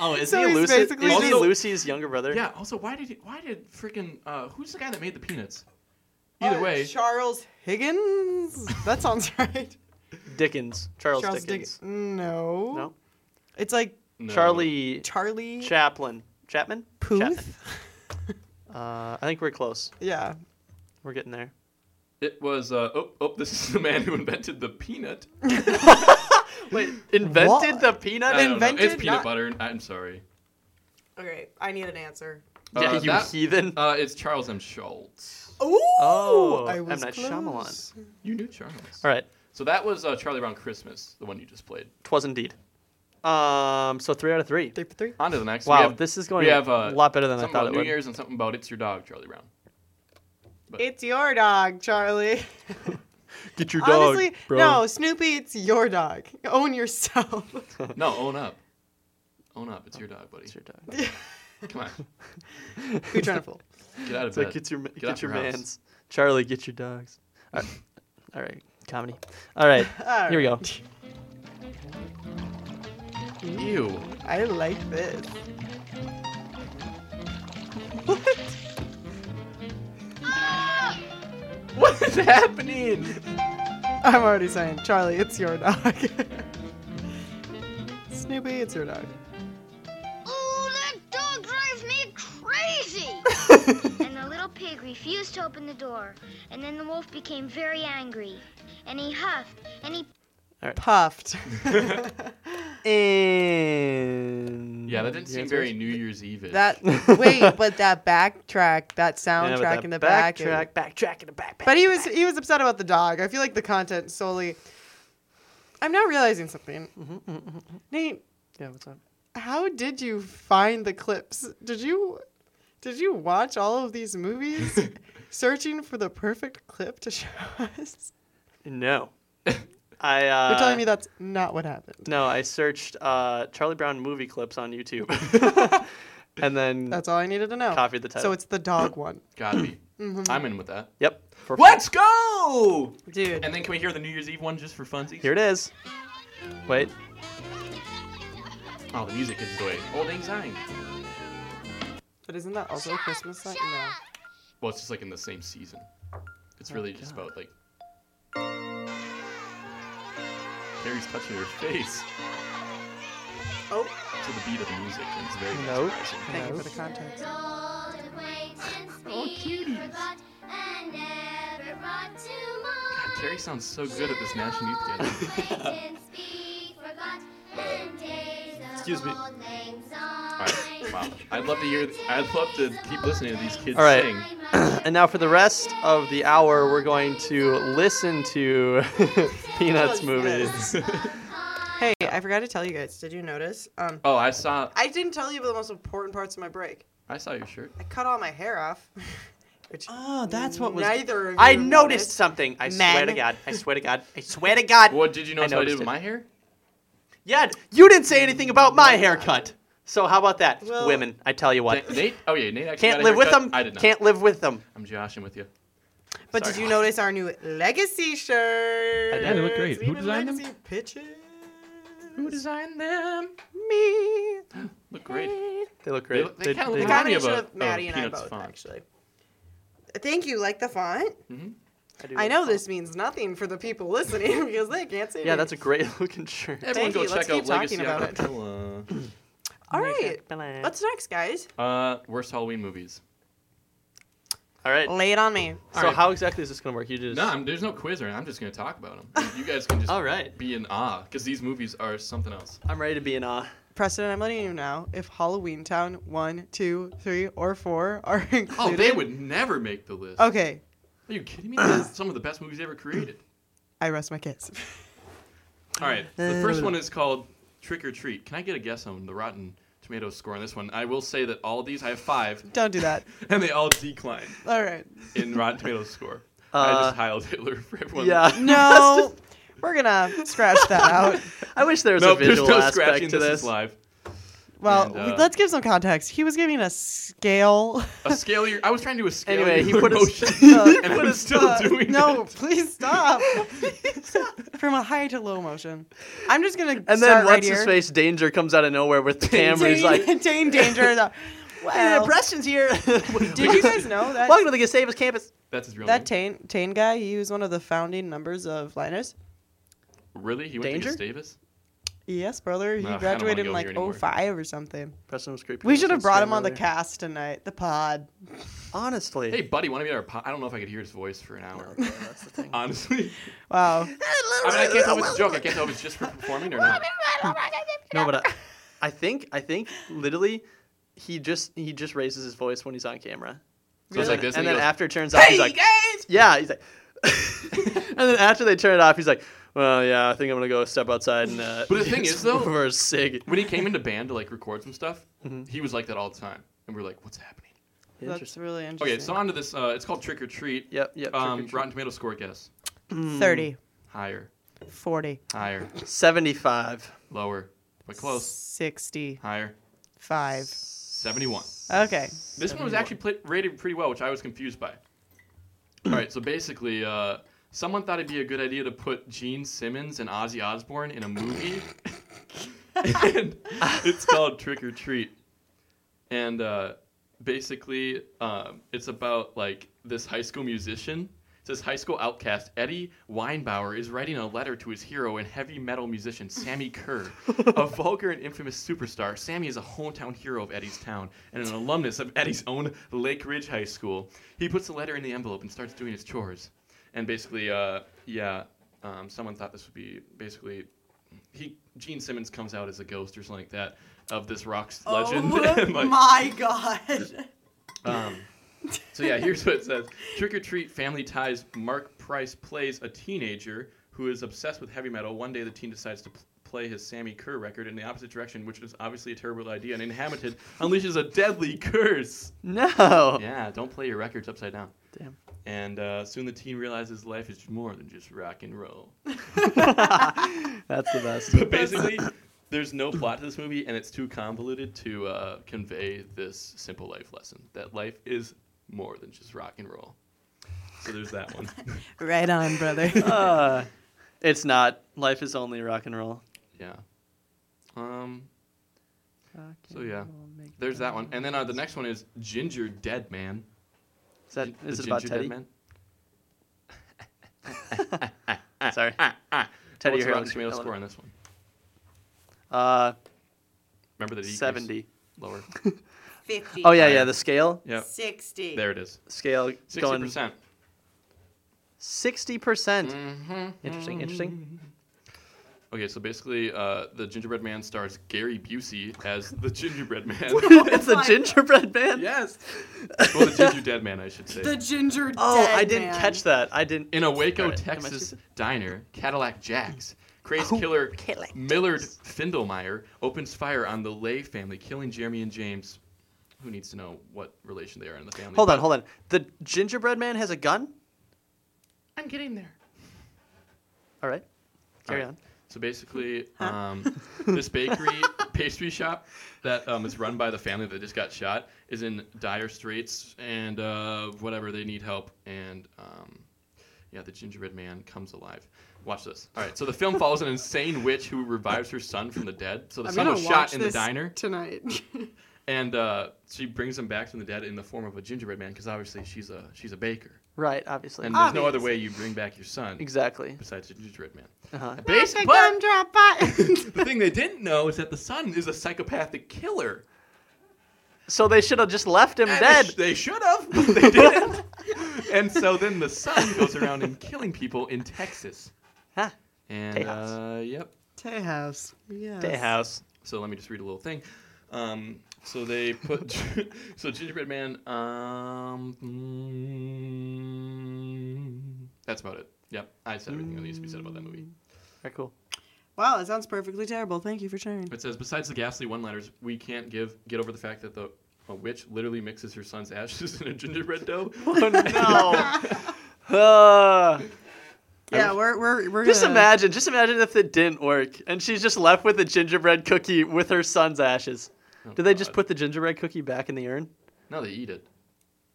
Speaker 2: Oh, is
Speaker 3: So
Speaker 2: he
Speaker 3: he's
Speaker 2: Lucy? Is
Speaker 3: basically
Speaker 2: he
Speaker 1: just-
Speaker 2: Lucy's younger brother?
Speaker 1: Yeah. Also, why did he, why did freaking uh, who's the guy that made the peanuts? Either
Speaker 3: Uh,
Speaker 1: way,
Speaker 3: Charles Higgins. That sounds <laughs> right.
Speaker 2: Dickens. Charles,
Speaker 3: Charles
Speaker 2: Dickens.
Speaker 3: Dickens. No.
Speaker 2: No.
Speaker 3: It's like
Speaker 1: No.
Speaker 2: Charlie
Speaker 3: Charlie
Speaker 2: Chaplin. Chapman.
Speaker 3: Puth.
Speaker 2: Chapman. Uh, I think we're close.
Speaker 3: Yeah.
Speaker 2: We're getting there.
Speaker 1: It was uh, oh oh. This is the man who invented the peanut.
Speaker 2: Wait, invented
Speaker 3: What?
Speaker 2: the peanut?
Speaker 1: I don't know.
Speaker 3: Invented
Speaker 1: It's peanut
Speaker 3: not-
Speaker 1: butter. I'm sorry.
Speaker 3: Okay, I need an answer.
Speaker 2: yeah,
Speaker 1: Uh,
Speaker 2: you
Speaker 1: that-
Speaker 2: heathen.
Speaker 1: Uh, it's Charles M. Schultz.
Speaker 3: Ooh,
Speaker 2: Oh,
Speaker 3: I
Speaker 2: M.
Speaker 3: was
Speaker 2: Night
Speaker 3: close.
Speaker 2: Shyamalan.
Speaker 1: You knew Charles.
Speaker 2: All right.
Speaker 1: So that was uh, Charlie Brown Christmas, the one you just played.
Speaker 2: Twas indeed. Um, so three out of three.
Speaker 3: Three for three.
Speaker 1: On to the next.
Speaker 2: Wow,
Speaker 1: we have,
Speaker 2: this is going
Speaker 1: we have, uh,
Speaker 2: a lot better than I
Speaker 1: something
Speaker 2: thought
Speaker 1: about
Speaker 2: it
Speaker 1: New
Speaker 2: would.
Speaker 1: Year's and something about It's Your Dog, Charlie Brown.
Speaker 3: It's your dog, Charlie.
Speaker 2: Get your
Speaker 3: Honestly, no, Snoopy, it's your dog.
Speaker 2: <laughs>
Speaker 3: Own yourself.
Speaker 1: No, own up. Own up. It's your dog, buddy.
Speaker 2: It's your dog.
Speaker 1: Come on,
Speaker 3: Who you trying to fool?
Speaker 1: get out of
Speaker 2: It's
Speaker 1: bed.
Speaker 2: like get your get,
Speaker 1: out
Speaker 2: your
Speaker 1: your house.
Speaker 2: man's. Charlie, get your dogs. All right, All right. comedy. <laughs> All right,
Speaker 3: All
Speaker 2: here we go.
Speaker 1: Ew.
Speaker 3: I like this. What?
Speaker 5: Ah!
Speaker 1: What is
Speaker 2: <laughs>
Speaker 1: happening?
Speaker 3: I'm already saying, Charlie, it's your dog. <laughs> Snoopy, it's your dog.
Speaker 6: Oh, that dog drives me
Speaker 3: <laughs>
Speaker 6: crazy!
Speaker 5: and the little pig refused to open the door. And then the wolf became very angry. And he huffed and he
Speaker 2: <laughs>
Speaker 3: Puffed.
Speaker 2: And
Speaker 1: Yeah, that didn't
Speaker 2: the
Speaker 1: seem
Speaker 2: answer
Speaker 1: very
Speaker 2: is-
Speaker 1: New Year's Eve.
Speaker 3: that wait, but that backtrack, that
Speaker 2: Yeah,
Speaker 3: soundtrack
Speaker 2: with that
Speaker 3: in the back.
Speaker 2: Backtrack, backtrack in the back.
Speaker 3: But he was he was upset about the dog. I feel like the content solely. I'm now realizing something.
Speaker 2: Mm-hmm,
Speaker 3: Nate,
Speaker 2: yeah, what's up?
Speaker 3: how did you find the clips? Did you did you watch all of
Speaker 2: <laughs>
Speaker 3: these movies searching for the perfect clip to show us?
Speaker 2: <laughs> No, I. Uh,
Speaker 3: You're telling me that's not what happened.
Speaker 2: No, I searched uh, Charlie Brown movie clips on <laughs> YouTube, and then
Speaker 3: That's all I needed to know.
Speaker 2: Copied the title.
Speaker 3: So it's the
Speaker 2: <coughs>
Speaker 3: dog one.
Speaker 1: Gotta
Speaker 2: <clears throat>
Speaker 1: be.
Speaker 2: Mm-hmm.
Speaker 1: I'm in with that.
Speaker 2: yep. for-
Speaker 1: Let's go!
Speaker 3: Dude.
Speaker 1: And then can we hear the New Year's Eve one just for funsies?
Speaker 2: Here it is. Wait.
Speaker 1: Oh, the music is great. Old anxiety.
Speaker 3: But isn't that also a Christmas song? No.
Speaker 1: Well, it's just like in the same season. It's
Speaker 2: Oh
Speaker 1: really just about like. Carrie's touching her face
Speaker 3: Oh,
Speaker 1: to the beat of the music, and it's very
Speaker 2: No.
Speaker 1: mesmerizing.
Speaker 3: thank you for the context. <laughs>
Speaker 1: God, Carrie sounds so good at this national youth gathering.
Speaker 2: Excuse
Speaker 1: <laughs>
Speaker 2: me.
Speaker 1: Alright, wow. I'd love to hear. I'd love to keep listening to these kids
Speaker 2: All right.
Speaker 1: sing.
Speaker 2: And now for the rest of the hour, we're going to listen to <laughs>
Speaker 1: <laughs>
Speaker 2: Peanuts movies.
Speaker 3: <laughs> Hey, I forgot to tell you guys. Did you notice? Um,
Speaker 1: Oh, I saw.
Speaker 3: I didn't tell you about the most important parts of my break.
Speaker 1: I saw your shirt.
Speaker 3: I cut all my hair off. <laughs> Which
Speaker 2: Oh, that's what
Speaker 3: neither of you
Speaker 2: I noticed
Speaker 3: noticed.
Speaker 2: something. I
Speaker 3: Men.
Speaker 2: swear to God. I swear to God. I swear to God.
Speaker 1: What did you notice what I
Speaker 2: noticed
Speaker 1: did with
Speaker 2: it.
Speaker 1: my hair?
Speaker 2: Yeah, you didn't say anything about my haircut. So how about that,
Speaker 3: Well-
Speaker 2: women? I tell you what.
Speaker 1: Na- Nate? Oh yeah, Nate. Actually got
Speaker 2: Can't
Speaker 1: a
Speaker 2: live with
Speaker 1: haircut.
Speaker 2: them.
Speaker 1: I did not.
Speaker 2: Can't live with them.
Speaker 1: I'm joshing with you.
Speaker 3: But did
Speaker 1: Sorry.
Speaker 3: you notice our new legacy shirt?
Speaker 1: I did. They look great. Who designed them?
Speaker 3: Pictures.
Speaker 1: Who designed them?
Speaker 3: Me.
Speaker 1: Look great.
Speaker 2: They look great.
Speaker 1: look- they kinda
Speaker 3: The
Speaker 1: look
Speaker 2: do.
Speaker 1: like- Remind me of
Speaker 3: combination
Speaker 1: a-
Speaker 3: of,
Speaker 1: of
Speaker 3: Maddie and I
Speaker 1: Peanuts
Speaker 3: both,
Speaker 1: font.
Speaker 3: actually. Thank you. Like the font?
Speaker 2: I do
Speaker 3: I
Speaker 2: like
Speaker 3: know
Speaker 2: that.
Speaker 3: this means nothing for the people <laughs> listening because they can't see.
Speaker 2: Yeah,
Speaker 3: me.
Speaker 2: that's a great <laughs> looking shirt.
Speaker 1: Everyone
Speaker 3: Thank
Speaker 1: go
Speaker 3: you. Let's
Speaker 1: check out
Speaker 3: keep
Speaker 1: Legacy
Speaker 3: talking about it.
Speaker 1: Acapella.
Speaker 3: all right.
Speaker 2: Let's-
Speaker 3: What's next, guys?
Speaker 1: Uh, worst Halloween movies.
Speaker 2: All right.
Speaker 3: Lay it on me.
Speaker 2: So
Speaker 1: Alright.
Speaker 2: how exactly is this gonna work? You just
Speaker 1: No, I'm, there's no quiz or anything. I'm just gonna talk about them. You guys can just
Speaker 2: <laughs> All right.
Speaker 1: be in awe because these movies are something else.
Speaker 2: I'm ready to be in awe.
Speaker 3: Preston, I'm letting you know if Halloween Town one, two, three, or four are <laughs> included.
Speaker 1: Oh, they would never make the
Speaker 2: Oh.
Speaker 1: list.
Speaker 3: Okay,
Speaker 1: Are you kidding me? This is some of the best movies ever created.
Speaker 3: I rest my case. <laughs>
Speaker 1: All right.
Speaker 2: Uh,
Speaker 1: The first one is called Trick or Treat. Can I get a guess on the Rotten Tomatoes score on this one? I will say that all of these, I have five, <laughs>
Speaker 3: Don't do <laughs> that.
Speaker 1: and they all decline
Speaker 3: All right.
Speaker 1: in Rotten Tomatoes score. I
Speaker 2: Uh,
Speaker 1: just heiled Hitler for everyone.
Speaker 2: Yeah. <laughs>
Speaker 3: <laughs> No, we're gonna scratch that out.
Speaker 2: I wish there was
Speaker 1: Nope,
Speaker 2: a
Speaker 1: there's
Speaker 2: visual
Speaker 1: no scratching.
Speaker 2: aspect to
Speaker 1: This,
Speaker 2: this.
Speaker 1: is live.
Speaker 3: Well,
Speaker 1: And, uh,
Speaker 3: let's give some context. He was giving a
Speaker 1: <laughs>
Speaker 3: <laughs> scale.
Speaker 1: A scale your I was trying to do a scale
Speaker 2: Anyway, <laughs> he
Speaker 1: your
Speaker 2: put his-
Speaker 1: motion,
Speaker 3: Uh,
Speaker 1: and
Speaker 2: put
Speaker 1: I'm
Speaker 2: his-
Speaker 1: still
Speaker 3: Uh,
Speaker 1: doing
Speaker 3: no,
Speaker 1: it.
Speaker 3: please stop. <laughs> From a high to low motion. I'm just gonna
Speaker 2: <laughs> And
Speaker 3: start
Speaker 2: then
Speaker 3: right
Speaker 2: what's
Speaker 3: here.
Speaker 2: his face danger comes out of nowhere with
Speaker 3: <laughs>
Speaker 2: the camera. He's like,
Speaker 3: Dane, Dane
Speaker 1: <laughs>
Speaker 3: Danger. the-
Speaker 2: "Eh,
Speaker 3: Well,
Speaker 2: Preston's here. <laughs>
Speaker 3: did you guys know that
Speaker 2: Welcome to the Gustavus campus.
Speaker 1: That's his real
Speaker 3: that
Speaker 1: name.
Speaker 3: Tane Tane guy? He was one of the founding members of Linus.
Speaker 1: really? He went
Speaker 2: Danger?
Speaker 1: to Gustavus?
Speaker 3: Yes, brother.
Speaker 1: Ugh, I
Speaker 3: He
Speaker 1: don't wanna
Speaker 3: graduated in
Speaker 1: go
Speaker 3: like
Speaker 1: here anymore.
Speaker 3: 05 or something.
Speaker 2: Preston was creepy.
Speaker 3: We should have brought him on the
Speaker 2: camp.
Speaker 3: cast tonight. The pod.
Speaker 2: Honestly.
Speaker 1: Hey, buddy, want to be our? Po- I don't know if I could hear his voice for an hour.
Speaker 2: That's the <laughs> thing.
Speaker 1: Honestly,
Speaker 3: Wow.
Speaker 1: I mean, I can't tell if it's a joke. I can't tell if it's just for performing or not.
Speaker 2: No, but I, I think I think literally he just he just raises his voice when he's on camera.
Speaker 1: So it's
Speaker 2: and
Speaker 1: like this, and,
Speaker 2: then,
Speaker 1: he
Speaker 2: and then
Speaker 1: goes,
Speaker 2: after it turns off, he's like, "Yeah." He's like, <laughs> and then after they turn it off, he's like, "Well, yeah, I think I'm gonna go step outside and." Uh,
Speaker 1: <laughs> But the thing is, though-
Speaker 2: <laughs> for a cig.
Speaker 1: when he came into band to like record some stuff,
Speaker 2: Mm-hmm.
Speaker 1: he was like that all the time, and we are like, "What's happening?"
Speaker 3: That's
Speaker 2: Interesting.
Speaker 3: really interesting.
Speaker 1: Okay, so on to this. Uh, it's called Trick or Treat.
Speaker 2: Yep, yep. trick or
Speaker 1: Um,
Speaker 2: treat.
Speaker 1: Rotten Tomato score guess.
Speaker 3: 30,
Speaker 1: Higher,
Speaker 3: 40,
Speaker 1: higher,
Speaker 2: Seventy-five.
Speaker 1: lower, but close.
Speaker 3: 65.
Speaker 1: Higher, seventy-one.
Speaker 3: Okay.
Speaker 1: This one was actually pla rated pretty well, which I was confused by. All right, so basically, uh, someone thought it'd be a good idea to put Gene Simmons and Ozzy Osbourne in a movie, <laughs> and it's called Trick or Treat. And uh, basically, um, it's about like this high school musician. It says high school outcast Eddie Weinbauer is writing a letter to his hero and heavy metal musician Sammy Kerr, a vulgar and infamous superstar. Sammy is a hometown hero of Eddie's town and an alumnus of Eddie's own Lake Ridge High School. He puts the letter in the envelope and starts doing his chores. And basically, uh, yeah, um, someone thought this would be basically he Gene Simmons comes out as a ghost or something like that of this rock legend. <laughs> and, like,
Speaker 3: my god.
Speaker 1: um, so yeah, here's what it says: Trick or Treat Family Ties. Mark Price plays a teenager who is obsessed with heavy metal. One day, the teen decides to pl- play his Sammy Kerr record in the opposite direction, which is obviously a terrible idea. And inhabited unleashes a deadly curse.
Speaker 2: No.
Speaker 1: Yeah, don't play your records upside down.
Speaker 2: Damn.
Speaker 1: And uh, soon the teen realizes life is more than just rock and roll.
Speaker 2: <laughs> <laughs> That's the best.
Speaker 1: <laughs> But basically, there's no plot to this movie, and it's too convoluted to uh, convey this simple life lesson that life is more than just rock and roll. So there's that
Speaker 2: <laughs>
Speaker 1: one.
Speaker 3: Right on, <laughs> brother.
Speaker 2: Uh, it's not. Life is only rock and roll.
Speaker 1: yeah. Um.
Speaker 2: Rock
Speaker 1: So
Speaker 2: and
Speaker 1: yeah,
Speaker 2: roll, make-
Speaker 1: there's that one, and then uh, the next one is Ginger Dead Man.
Speaker 2: Is that
Speaker 1: Gi-
Speaker 2: is
Speaker 1: the
Speaker 2: it about
Speaker 1: Ginger Dead
Speaker 2: Teddy?
Speaker 1: Man?
Speaker 2: <laughs> Sorry.
Speaker 1: Teddy
Speaker 2: Ah, Teddy
Speaker 1: What's the
Speaker 2: Hero-
Speaker 1: Rotten Tomatoes
Speaker 2: Hero-
Speaker 1: score on this one?
Speaker 2: Uh,
Speaker 1: Remember the decrease?
Speaker 2: seventy.
Speaker 1: lower.
Speaker 3: 50,
Speaker 2: Oh yeah,
Speaker 1: Higher.
Speaker 2: yeah. The scale.
Speaker 1: Yeah,
Speaker 3: 60.
Speaker 1: there it is.
Speaker 2: Scale
Speaker 1: Sixty
Speaker 2: going
Speaker 1: percent.
Speaker 2: sixty percent.
Speaker 1: Mm-hmm.
Speaker 2: Interesting. Interesting.
Speaker 1: Okay, so basically, uh, the Gingerbread Man stars Gary Busey as the Gingerbread
Speaker 2: <laughs>
Speaker 1: Man.
Speaker 2: it's the gingerbread man.
Speaker 1: yes. <laughs> Well, the Ginger Dead Man, I should say.
Speaker 3: The ginger
Speaker 2: Oh,
Speaker 3: dead
Speaker 2: I didn't
Speaker 3: man.
Speaker 2: catch that. I didn't.
Speaker 1: In a Waco,
Speaker 2: Sorry, am I
Speaker 1: Texas
Speaker 2: stupid? Oh,
Speaker 1: diner, Cadillac Jack's crazed killer Millard Findelmeyer opens fire on the Lay family, killing Jeremy and James. Who needs to know what relation they are in the family?
Speaker 2: Hold on, hold on. The gingerbread man has a gun.
Speaker 1: I'm getting there.
Speaker 2: All right. Carry
Speaker 1: All right. So basically, um, this
Speaker 3: <laughs>
Speaker 1: bakery pastry shop that um, is run by the family that just got shot is in dire straits, and uh, whatever they need help. And um, yeah, the gingerbread man comes alive. Watch this. All right. So the film follows an insane witch who revives her son from the dead. So the
Speaker 3: I'm
Speaker 1: son
Speaker 3: gonna
Speaker 1: was
Speaker 3: watch
Speaker 1: shot in the
Speaker 3: this
Speaker 1: diner,
Speaker 3: tonight.
Speaker 1: and uh, she brings him back from the dead in the form of a gingerbread man because obviously she's a she's a baker,
Speaker 2: on. Right. Obviously. Ah,
Speaker 1: and there's no other
Speaker 3: Obvious.
Speaker 1: way you bring back your son
Speaker 2: exactly.
Speaker 1: besides a gingerbread man.
Speaker 2: Uh-huh.
Speaker 1: Basi-
Speaker 3: <laughs>
Speaker 1: but-
Speaker 3: Gumdrop button.
Speaker 1: the thing they didn't know is that the son is a psychopathic killer.
Speaker 2: So they should have just left him
Speaker 1: And
Speaker 2: dead.
Speaker 1: They, sh- they should have, but they didn't. and so then the son goes around and killing people in Texas.
Speaker 2: Ha.
Speaker 1: And
Speaker 2: Tejas.
Speaker 1: uh, yep.
Speaker 3: Tay House. Yes.
Speaker 2: Day house.
Speaker 1: So let me just read a little thing. Um, so they put <laughs> so Gingerbread Man. Um, mm, that's about it. Yep, I said everything that needs to be said about that movie.
Speaker 2: Very cool.
Speaker 3: Wow, that sounds perfectly terrible. Thank you for sharing.
Speaker 1: It says besides the ghastly one-liners, we can't give get over the fact that the a witch literally mixes her son's ashes <laughs> in a gingerbread dough. <laughs>
Speaker 2: no. <laughs> Uh,
Speaker 3: Yeah, we're we're we're
Speaker 2: just
Speaker 3: gonna-
Speaker 2: imagine, just imagine if it didn't work, and she's just left with a gingerbread cookie with her son's ashes.
Speaker 1: Oh,
Speaker 2: Did they just
Speaker 1: God.
Speaker 2: put the gingerbread cookie back in the urn?
Speaker 1: No, they eat it.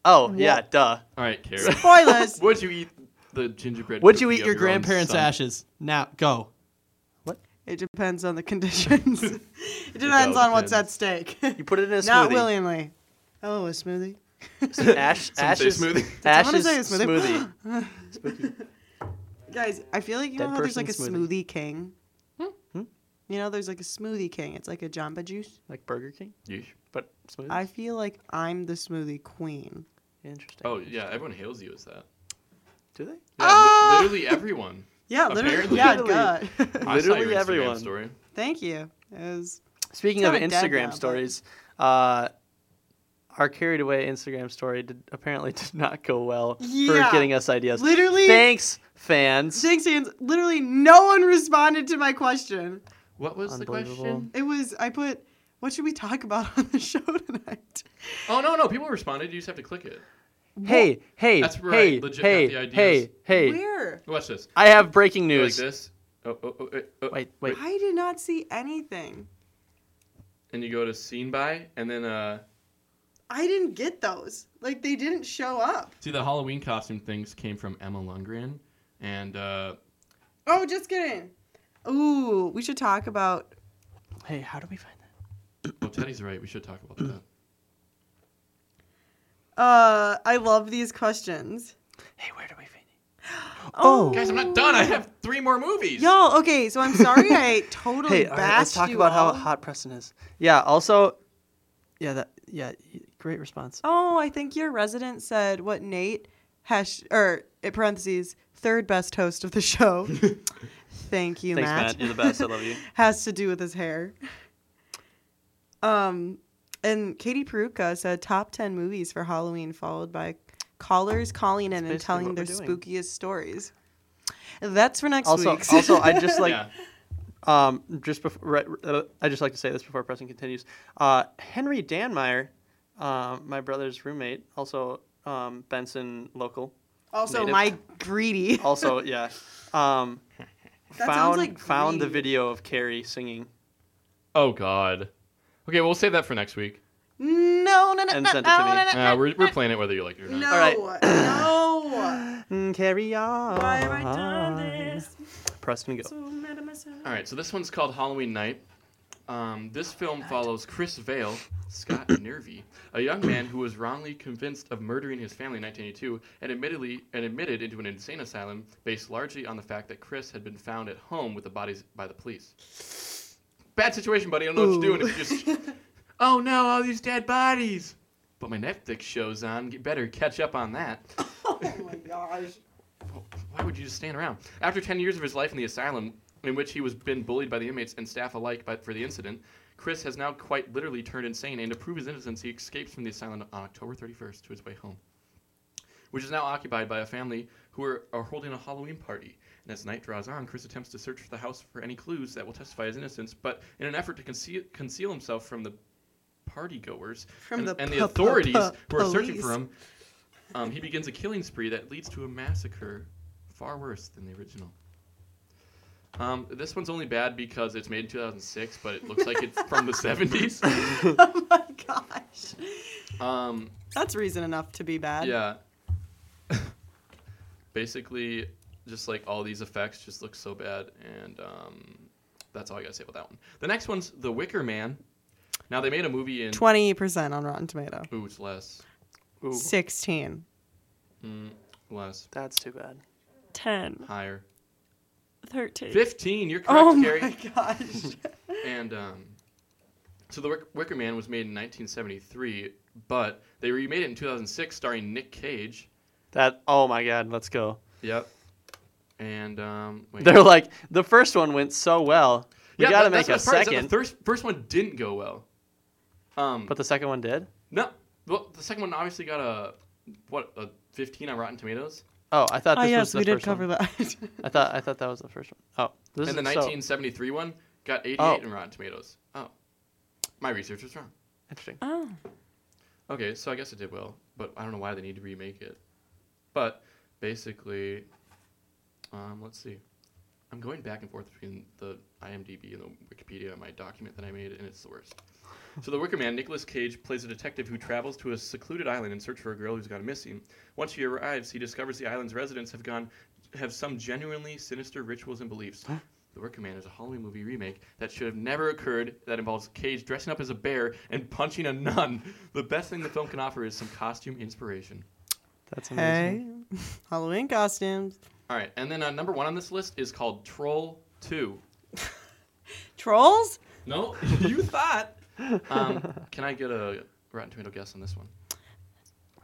Speaker 2: Oh yeah, duh.
Speaker 1: All right, Carrie. <laughs>
Speaker 3: <laughs> Spoilers.
Speaker 1: Would you eat the gingerbread?
Speaker 7: Would you
Speaker 1: cookie
Speaker 7: eat
Speaker 1: of
Speaker 7: your
Speaker 1: own
Speaker 7: grandparents'
Speaker 1: son?
Speaker 7: ashes? Now go.
Speaker 3: it depends on the conditions. it depends on what's at
Speaker 1: depends.
Speaker 3: stake.
Speaker 2: You put it in a smoothie. <laughs>
Speaker 3: Not willingly. Oh, a smoothie.
Speaker 2: Ash,
Speaker 1: Some say
Speaker 2: ashes
Speaker 1: smoothie.
Speaker 2: Ashes
Speaker 3: say a
Speaker 2: smoothie.
Speaker 3: <laughs> smoothie. Guys, I feel like you
Speaker 2: Dead
Speaker 3: know how there's like a
Speaker 2: person
Speaker 3: smoothie,
Speaker 2: smoothie.
Speaker 3: king.
Speaker 2: Hmm?
Speaker 3: You know, there's like a smoothie king. It's like a Jamba Juice.
Speaker 2: like Burger King,
Speaker 1: Yeesh.
Speaker 2: but smoothie.
Speaker 3: I feel like I'm the smoothie queen.
Speaker 2: Interesting.
Speaker 1: Oh yeah, everyone hails you as that.
Speaker 2: do they?
Speaker 1: Yeah, li-
Speaker 7: Ah! <laughs>
Speaker 1: literally everyone.
Speaker 3: Yeah,
Speaker 1: Apparently.
Speaker 3: literally. Yeah,
Speaker 2: Literally.
Speaker 3: God.
Speaker 1: I saw your
Speaker 2: Literally
Speaker 1: Instagram
Speaker 2: everyone.
Speaker 1: Story.
Speaker 3: <laughs> Thank you. It was
Speaker 2: Speaking
Speaker 3: It's
Speaker 2: of
Speaker 3: kinda dead
Speaker 2: Instagram
Speaker 3: now, but-
Speaker 2: stories, uh, our carried away Instagram story did, apparently <laughs> did not go well
Speaker 3: Yeah.
Speaker 2: for getting us ideas.
Speaker 3: literally.
Speaker 2: Thanks, fans.
Speaker 3: Thanks, Ian. Literally, no one responded to my question.
Speaker 1: What was the
Speaker 2: Unbelievable.
Speaker 1: question?
Speaker 3: It was I put, what should we talk about on the <laughs> show tonight?
Speaker 1: Oh no no, people responded. You just have to click it.
Speaker 2: Hey, hey,
Speaker 1: That's right,
Speaker 2: hey,
Speaker 1: legit got
Speaker 2: hey,
Speaker 1: the ideas.
Speaker 2: hey, hey.
Speaker 3: Where?
Speaker 1: Watch this.
Speaker 2: I have breaking
Speaker 1: Go
Speaker 2: news.
Speaker 1: Like this. Oh, oh, oh, oh, oh.
Speaker 2: Wait, wait.
Speaker 3: I did not see anything.
Speaker 1: And you go to scene by, and then uh,
Speaker 3: I didn't get those. Like they didn't show up.
Speaker 1: see the Halloween costume things came from Emma Lundgren, and uh,
Speaker 3: Oh, just kidding. Ooh, we should talk about.
Speaker 2: Hey, how do we find that?
Speaker 1: oh Teddy's right. We should talk about that.
Speaker 3: Uh, I love these questions.
Speaker 2: Hey, where do we find it?
Speaker 3: Oh.
Speaker 1: <clears throat> Guys, I'm not done. I have three more movies.
Speaker 3: Y'all, okay, so I'm sorry
Speaker 2: <laughs>
Speaker 3: I totally
Speaker 2: Hey,
Speaker 3: bashed
Speaker 2: all right, let's talk
Speaker 3: you
Speaker 2: about how
Speaker 3: all.
Speaker 2: hot Preston is. Yeah. Also, yeah, that yeah, y- great response.
Speaker 3: Oh, I think your resident said what Nate hash or in parentheses third best host of
Speaker 2: <laughs>
Speaker 3: the show. Thank you,
Speaker 2: Thanks,
Speaker 3: Matt.
Speaker 2: Matt. You're the best. I love
Speaker 3: <laughs>
Speaker 2: you.
Speaker 3: Has to do with his hair. Um, and Katie Peruca said top ten movies for Halloween, followed by callers calling in and
Speaker 2: basically
Speaker 3: telling
Speaker 2: what
Speaker 3: their
Speaker 2: we're doing.
Speaker 3: spookiest stories. That's for next
Speaker 2: Also,
Speaker 3: week.
Speaker 2: also, I just <laughs> like
Speaker 1: yeah.
Speaker 2: Um, just before, right, uh, I just like to say this before Preston continues. Uh, Henry Danmeyer, uh, my brother's roommate, also um, Benson local,
Speaker 3: <laughs> Also,
Speaker 2: Native.
Speaker 3: my greedy.
Speaker 2: also yeah, um,
Speaker 3: That sounds
Speaker 2: found
Speaker 3: like
Speaker 2: found the
Speaker 3: greed.
Speaker 2: video of Carrie singing
Speaker 1: Oh God. Okay, well, we'll save that for next week.
Speaker 3: <laughs> No, no, no,
Speaker 2: and
Speaker 3: no,
Speaker 2: sent it
Speaker 3: no,
Speaker 2: to me.
Speaker 1: Uh, we're, we're playing it whether you like it or
Speaker 3: no,
Speaker 1: not.
Speaker 3: no,
Speaker 2: All right.
Speaker 3: no.
Speaker 2: Mm, Carrie on.
Speaker 3: Why
Speaker 2: <laughs>
Speaker 3: have I done this?
Speaker 2: Preston go.
Speaker 3: So mad at myself.
Speaker 1: All right, so this one's called Halloween Night. Um, this film follows Chris Vale, Scott Nervy, a young man who was wrongly convinced of murdering his family in 1982 and admittedly and admitted into an insane asylum based largely on the fact that Chris had been found at home with the bodies by the police. Bad situation, buddy. I don't know what you're doing. If you just, oh no, all these dead bodies. But my Netflix show's on. Get better catch up on that.
Speaker 3: Oh my gosh.
Speaker 1: Why would you just stand around? After 10 years of his life in the asylum, in which he was been bullied by the inmates and staff alike by, for the incident, Chris has now quite literally turned insane, and to prove his innocence, he escapes from the asylum on October 31st to his way home, which is now occupied by a family who are, are holding a Halloween party. And as night draws on, Chris attempts to search for the house for any clues that will testify his innocence, but in an effort to conceal, conceal himself from the party goers
Speaker 3: From
Speaker 1: and
Speaker 3: the
Speaker 1: and
Speaker 3: pu-
Speaker 1: the
Speaker 3: pu-
Speaker 1: authorities
Speaker 3: pu-
Speaker 1: who are searching for
Speaker 3: police.
Speaker 1: him, um, he begins a killing spree that leads to a massacre far worse than the original. Um, this one's only bad because it's made in 2006, but it looks like it's
Speaker 3: <laughs>
Speaker 1: from the 70s.
Speaker 3: oh my gosh.
Speaker 1: Um,
Speaker 3: That's reason enough to be bad.
Speaker 1: yeah. <laughs> Basically, just like all these effects just look so bad, and um, that's all I gotta say about that one. The next one's The Wicker Man. Now they made a movie in.
Speaker 3: Twenty percent on Rotten Tomato.
Speaker 1: Ooh, it's less.
Speaker 2: Ooh,
Speaker 3: Sixteen.
Speaker 1: Mm, less.
Speaker 2: that's too bad.
Speaker 3: Ten.
Speaker 1: Higher.
Speaker 3: Thirteen.
Speaker 1: 15. You're correct,
Speaker 3: Oh
Speaker 1: Carrie.
Speaker 3: my <laughs> gosh.
Speaker 1: <laughs> And um, so the Wick- Wicker Man was made in 1973, but they remade it in 2006, starring Nick Cage.
Speaker 2: That oh my god, let's go.
Speaker 1: Yep. And um, wait.
Speaker 2: They're like the first one went so well. We
Speaker 1: yeah,
Speaker 2: gotta
Speaker 1: that-
Speaker 2: make a
Speaker 1: that's the best part, is that
Speaker 2: second,
Speaker 1: The first first one didn't go well. Um,
Speaker 2: but the second one did.
Speaker 1: no, well, the second one obviously got a what a 15 on Rotten Tomatoes,
Speaker 2: Oh, I thought
Speaker 3: Oh
Speaker 2: this
Speaker 3: yes,
Speaker 2: was the
Speaker 3: we did
Speaker 2: first
Speaker 3: cover
Speaker 2: one.
Speaker 3: that. <laughs>
Speaker 2: I thought I thought that was the first one. Oh, this
Speaker 1: and the
Speaker 2: is so
Speaker 1: 1973 one got 88
Speaker 2: Oh.
Speaker 1: in Rotten Tomatoes. Oh, my research was wrong.
Speaker 2: interesting.
Speaker 7: Oh.
Speaker 1: Okay, so I guess it did well, but I don't know why they need to remake it. But basically, um, let's see. I'm going back and forth between the IMDb and the Wikipedia on my document that I made, and it's the worst. so the Wicker Man, Nicolas Cage, plays a detective who travels to a secluded island in search for a girl who's gone missing. Once he arrives, he discovers the island's residents have gone have some genuinely sinister rituals and beliefs. The Wicker Man is a Halloween movie remake that should have never occurred that involves Cage dressing up as a bear and punching a nun. The best thing the film can offer is some costume inspiration.
Speaker 2: That's
Speaker 3: hey,
Speaker 2: amazing.
Speaker 3: Halloween costumes.
Speaker 1: All right, and then uh, number one on this list is called Troll 2.
Speaker 3: Trolls?
Speaker 1: No, <laughs> you
Speaker 2: <laughs>
Speaker 1: thought. Um, can I get a Rotten Tomato guess on this one?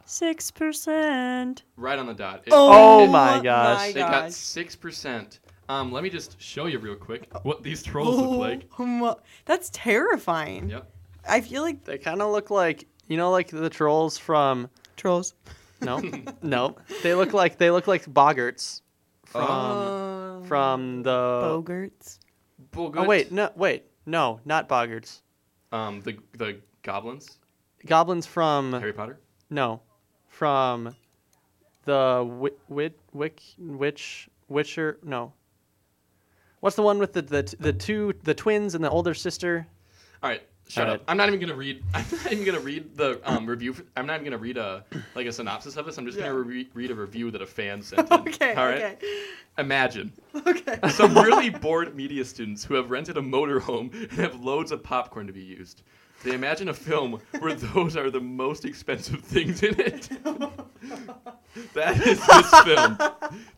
Speaker 7: Six percent.
Speaker 1: Right on the dot. It,
Speaker 2: Oh my gosh.
Speaker 1: it got 6%. Um, let me just show you real quick what these trolls look like.
Speaker 3: Oh <laughs> my- That's terrifying.
Speaker 1: Yep.
Speaker 3: I feel like
Speaker 2: They kind of look like you know, like the trolls from
Speaker 3: trolls.
Speaker 1: <laughs>
Speaker 2: no, no. They look like they look like boggarts from
Speaker 1: Oh.
Speaker 3: Uh,
Speaker 2: from the.
Speaker 3: Bogarts.
Speaker 2: oh wait, no, wait, no, not boggarts.
Speaker 1: Um, the, the goblins,
Speaker 2: Goblins from
Speaker 1: Harry Potter.
Speaker 2: no, from the wi- wit wick witch witcher no. What's the one with the, the the two the twins and the older sister?
Speaker 1: All right, shut
Speaker 2: All
Speaker 1: up.
Speaker 2: right.
Speaker 1: I'm not even gonna read. <laughs> I'm not even gonna read the um, review. For, I'm not even gonna read a like a synopsis of this. I'm just gonna re- read a review that a fan
Speaker 3: <laughs>
Speaker 1: sent. in.
Speaker 3: <laughs> Okay.
Speaker 1: All right. Imagine. Okay. <laughs> Some really bored media students who have rented a motorhome and have loads of popcorn to be used. They imagine a film where those are the most expensive <laughs> things in it. that is this film.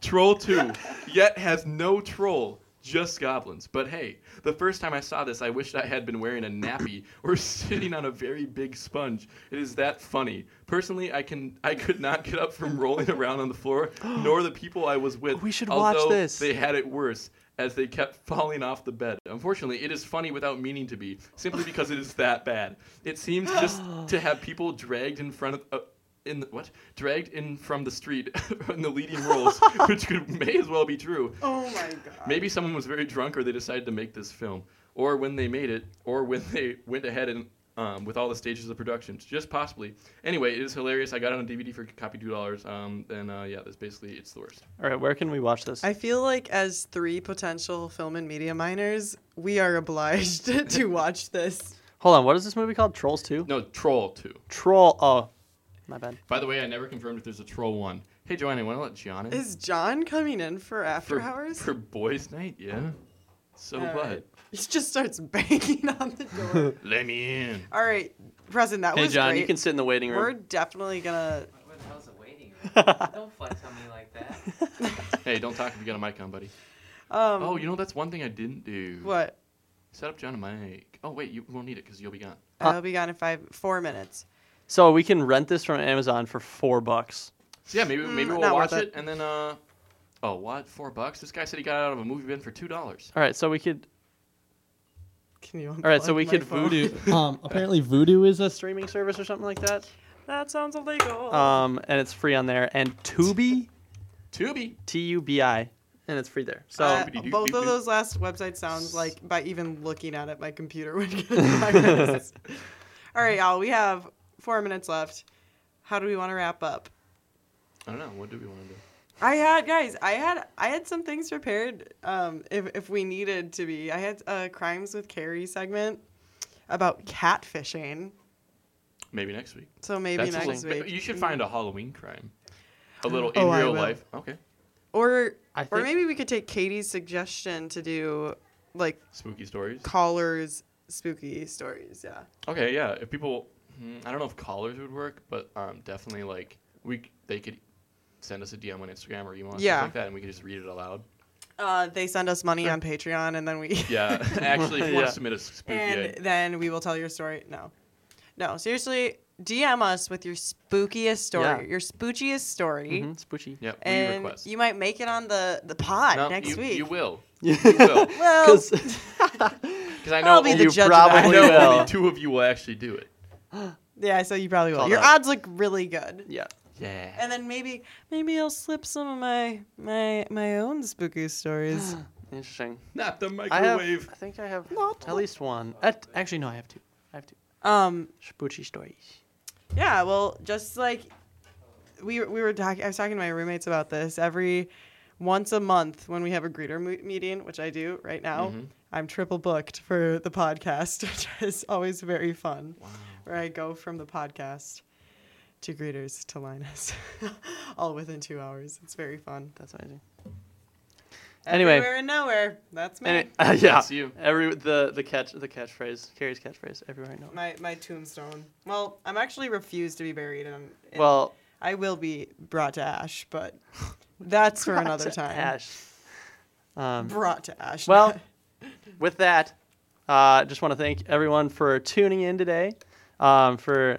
Speaker 1: Troll 2 yet has no troll, just goblins. But hey, the first time I saw this, I wished I had been wearing a nappy <coughs> or sitting on a very big sponge. It is that funny. Personally, I can I could not get up from rolling around on the floor, nor the people I was with.
Speaker 2: We should watch
Speaker 1: although
Speaker 2: this.
Speaker 1: They had it worse. As they kept <laughs> falling off the bed. Unfortunately, it is funny without meaning to be, simply because it is that bad. It seems
Speaker 3: <gasps>
Speaker 1: just to have people dragged in front of, uh, in the, what dragged in from the street <laughs> in the leading roles,
Speaker 3: <laughs>
Speaker 1: which could may as well be true.
Speaker 3: Oh my god.
Speaker 1: Maybe someone was very drunk, or they decided to make this film, or when they made it, or when they went ahead and um, with all the stages of production, just possibly. Anyway, it is hilarious. I got it on DVD for copy two dollars. Um, and uh, yeah, that's basically it's the worst.
Speaker 2: All right, where can we watch this?
Speaker 3: I feel like as three potential film and media minors, we are obliged <laughs> to watch this.
Speaker 2: Hold on, what is this movie called? Trolls Two.
Speaker 1: No, Troll Two.
Speaker 2: Troll. Oh, my bad.
Speaker 1: By the way, I never confirmed if there's a Troll One. Hey, Joanna, want to let John in
Speaker 3: Is John coming in for after
Speaker 1: for
Speaker 3: hours?
Speaker 1: for boys' night? Yeah. So
Speaker 3: All
Speaker 1: what?
Speaker 3: right. He just starts banging on the <laughs> door.
Speaker 1: Let me in.
Speaker 3: All right, Preston, that
Speaker 2: Hey
Speaker 3: was
Speaker 2: John,
Speaker 3: great.
Speaker 2: you can sit in the waiting
Speaker 3: We're
Speaker 2: room.
Speaker 3: definitely gonna.
Speaker 8: What the hell's a waiting room?
Speaker 2: <laughs>
Speaker 8: Don't flex on me like that.
Speaker 1: Hey, don't talk if you got a mic on, buddy.
Speaker 3: Um,
Speaker 1: Oh, you know that's one thing I didn't do.
Speaker 3: what?
Speaker 1: Set up John and Mike. Oh wait, you won't need it because you'll be gone.
Speaker 3: I'll be gone in five, four minutes.
Speaker 2: So we can rent this from Amazon for four bucks.
Speaker 1: So yeah, maybe maybe we'll
Speaker 3: Mm, not
Speaker 1: watch
Speaker 3: worth
Speaker 1: it. and then uh, oh what four bucks? This guy said he got it out of a movie bin for two dollars.
Speaker 2: All right, so we could.
Speaker 3: Can you?
Speaker 2: All right, so
Speaker 3: unplug
Speaker 2: we
Speaker 3: my
Speaker 2: could
Speaker 3: phone?
Speaker 2: voodoo. Um, apparently voodoo is a streaming service or something like that.
Speaker 3: That sounds illegal.
Speaker 1: Uh,
Speaker 2: Um, and it's free on there. And Tubi,
Speaker 1: Tubi.
Speaker 2: T U B I, and it's free there. So
Speaker 3: Uh,
Speaker 1: Doobity-doo,
Speaker 3: both
Speaker 1: doo-doo.
Speaker 3: of those last websites sounds like by even looking at it, my computer would <laughs> get viruses. All right, y'all. We have four minutes left. How do we want to wrap up?
Speaker 1: I don't know. What do we want to do?
Speaker 3: I had guys. I had I had some things prepared. Um, if if we needed to be, I had a crimes with Carrie segment about catfishing.
Speaker 1: Maybe next week.
Speaker 3: So maybe
Speaker 1: That's a
Speaker 3: next
Speaker 1: little-
Speaker 3: week. Mm.
Speaker 1: You should find a Halloween crime. A little in
Speaker 3: Oh, I
Speaker 1: real
Speaker 3: will.
Speaker 1: life. Okay.
Speaker 3: or
Speaker 2: I
Speaker 3: or
Speaker 2: think-
Speaker 3: maybe we could take Katie's suggestion to do like
Speaker 1: Spooky stories.
Speaker 3: callers spooky stories. Yeah.
Speaker 1: Okay, yeah. If people, hmm, I don't know if callers would work, but um, definitely like we c- they could send us a DM on Instagram or email and
Speaker 3: Yeah.
Speaker 1: stuff like that, and we could just read it aloud.
Speaker 3: Uh, they send us money on Patreon, and then <laughs> we
Speaker 1: Yeah, <laughs>
Speaker 3: <laughs>
Speaker 1: actually, if you want
Speaker 2: Yeah.
Speaker 1: to submit a spooky,
Speaker 3: and
Speaker 1: idea-
Speaker 3: then we will tell your story. No, no, seriously, DM us with your spookiest story,
Speaker 2: Yeah.
Speaker 3: your spookiest story,
Speaker 1: Mm-hmm.
Speaker 2: Mhm, Spoochy. <laughs>
Speaker 1: Yep. we
Speaker 3: and
Speaker 1: request.
Speaker 3: you might make it on the the pod
Speaker 1: No,
Speaker 3: next
Speaker 1: you,
Speaker 3: week.
Speaker 1: You will.
Speaker 2: <laughs>
Speaker 1: will.
Speaker 2: Yeah.
Speaker 3: Well-
Speaker 2: <laughs>
Speaker 1: Because I know
Speaker 3: I'll be the
Speaker 2: you
Speaker 3: judge of
Speaker 1: I
Speaker 2: probably
Speaker 1: know
Speaker 2: will.
Speaker 1: <laughs> only two of you will actually do it.
Speaker 3: yeah, so you probably will.
Speaker 2: Call
Speaker 3: Your
Speaker 2: that.
Speaker 3: odds look really good.
Speaker 2: Yeah.
Speaker 1: Yeah.
Speaker 3: And then maybe maybe I'll slip some of my my my own spooky
Speaker 1: <gasps>
Speaker 3: stories.
Speaker 2: Interesting.
Speaker 1: Not the
Speaker 2: I have. I
Speaker 1: microwave.
Speaker 2: think I have at least one. At, actually, no, I have two. I have two.
Speaker 3: um,
Speaker 2: Spoochy stories.
Speaker 3: Yeah, well, just like we we were talking, I was talking to my roommates about this every once a month when we have a greeter mo- meeting, which I do right now.
Speaker 2: Mm-hmm.
Speaker 3: I'm triple booked for the podcast, <laughs> which is always very fun. Where I go from the podcast to greeters to Linus, <laughs> all within two hours. It's very fun.
Speaker 2: That's amazing. Anyway.
Speaker 3: everywhere and nowhere. That's me.
Speaker 2: Any, uh, yeah.
Speaker 1: <laughs> That's you.
Speaker 2: Every the the catch the catchphrase Carrie's catchphrase everywhere I know.
Speaker 3: my my tombstone. Well, I'm actually refused to be buried, and
Speaker 2: Well,
Speaker 3: I will be brought to ash, but that's for another
Speaker 2: to
Speaker 3: time.
Speaker 2: Ash. Um,
Speaker 3: Brought to ash.
Speaker 2: well, <laughs> with that, uh, just want to thank everyone for tuning in today um, for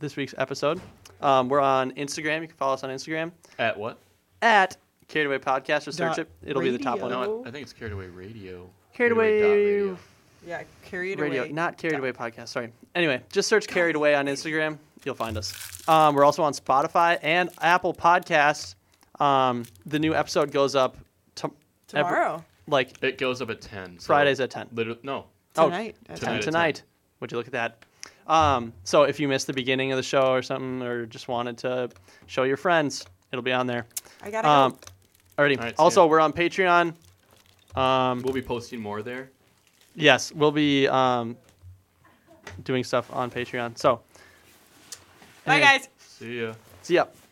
Speaker 2: this week's episode. Um, we're on Instagram. You can follow us on Instagram
Speaker 1: At what?
Speaker 2: at Carried Away Podcast. Just search
Speaker 3: Dot
Speaker 2: it. It'll be the top
Speaker 3: radio.
Speaker 2: one.
Speaker 1: Oh, No, I think it's carried away radio.
Speaker 2: Carried
Speaker 1: dot
Speaker 2: Away
Speaker 1: radio.
Speaker 3: <laughs> yeah, carried
Speaker 2: Radio,
Speaker 3: away.
Speaker 2: not Carried Away Podcast. Sorry. Anyway, just search Carried Away on Instagram. You'll find us. Um, we're also on Spotify and Apple Podcasts. Um, the new episode goes up to- every-
Speaker 3: tomorrow,
Speaker 2: like
Speaker 1: It goes up at ten. so
Speaker 2: Fridays at ten.
Speaker 1: Literally, no.
Speaker 3: tonight.
Speaker 2: Oh,
Speaker 3: at
Speaker 2: 10
Speaker 1: 10.
Speaker 2: tonight. Would you look at that? Um, so if you missed the beginning of the show or something, or just wanted to show your friends, it'll be on there.
Speaker 3: I gotta
Speaker 2: Um,
Speaker 3: go.
Speaker 2: already.
Speaker 1: All right, see
Speaker 2: also,
Speaker 1: ya.
Speaker 2: we're on Patreon. Um,
Speaker 1: We'll be posting more there.
Speaker 2: yes, we'll be um, doing stuff on Patreon. So,
Speaker 3: Bye,
Speaker 2: anyway,
Speaker 3: guys.
Speaker 1: See ya.
Speaker 2: See ya.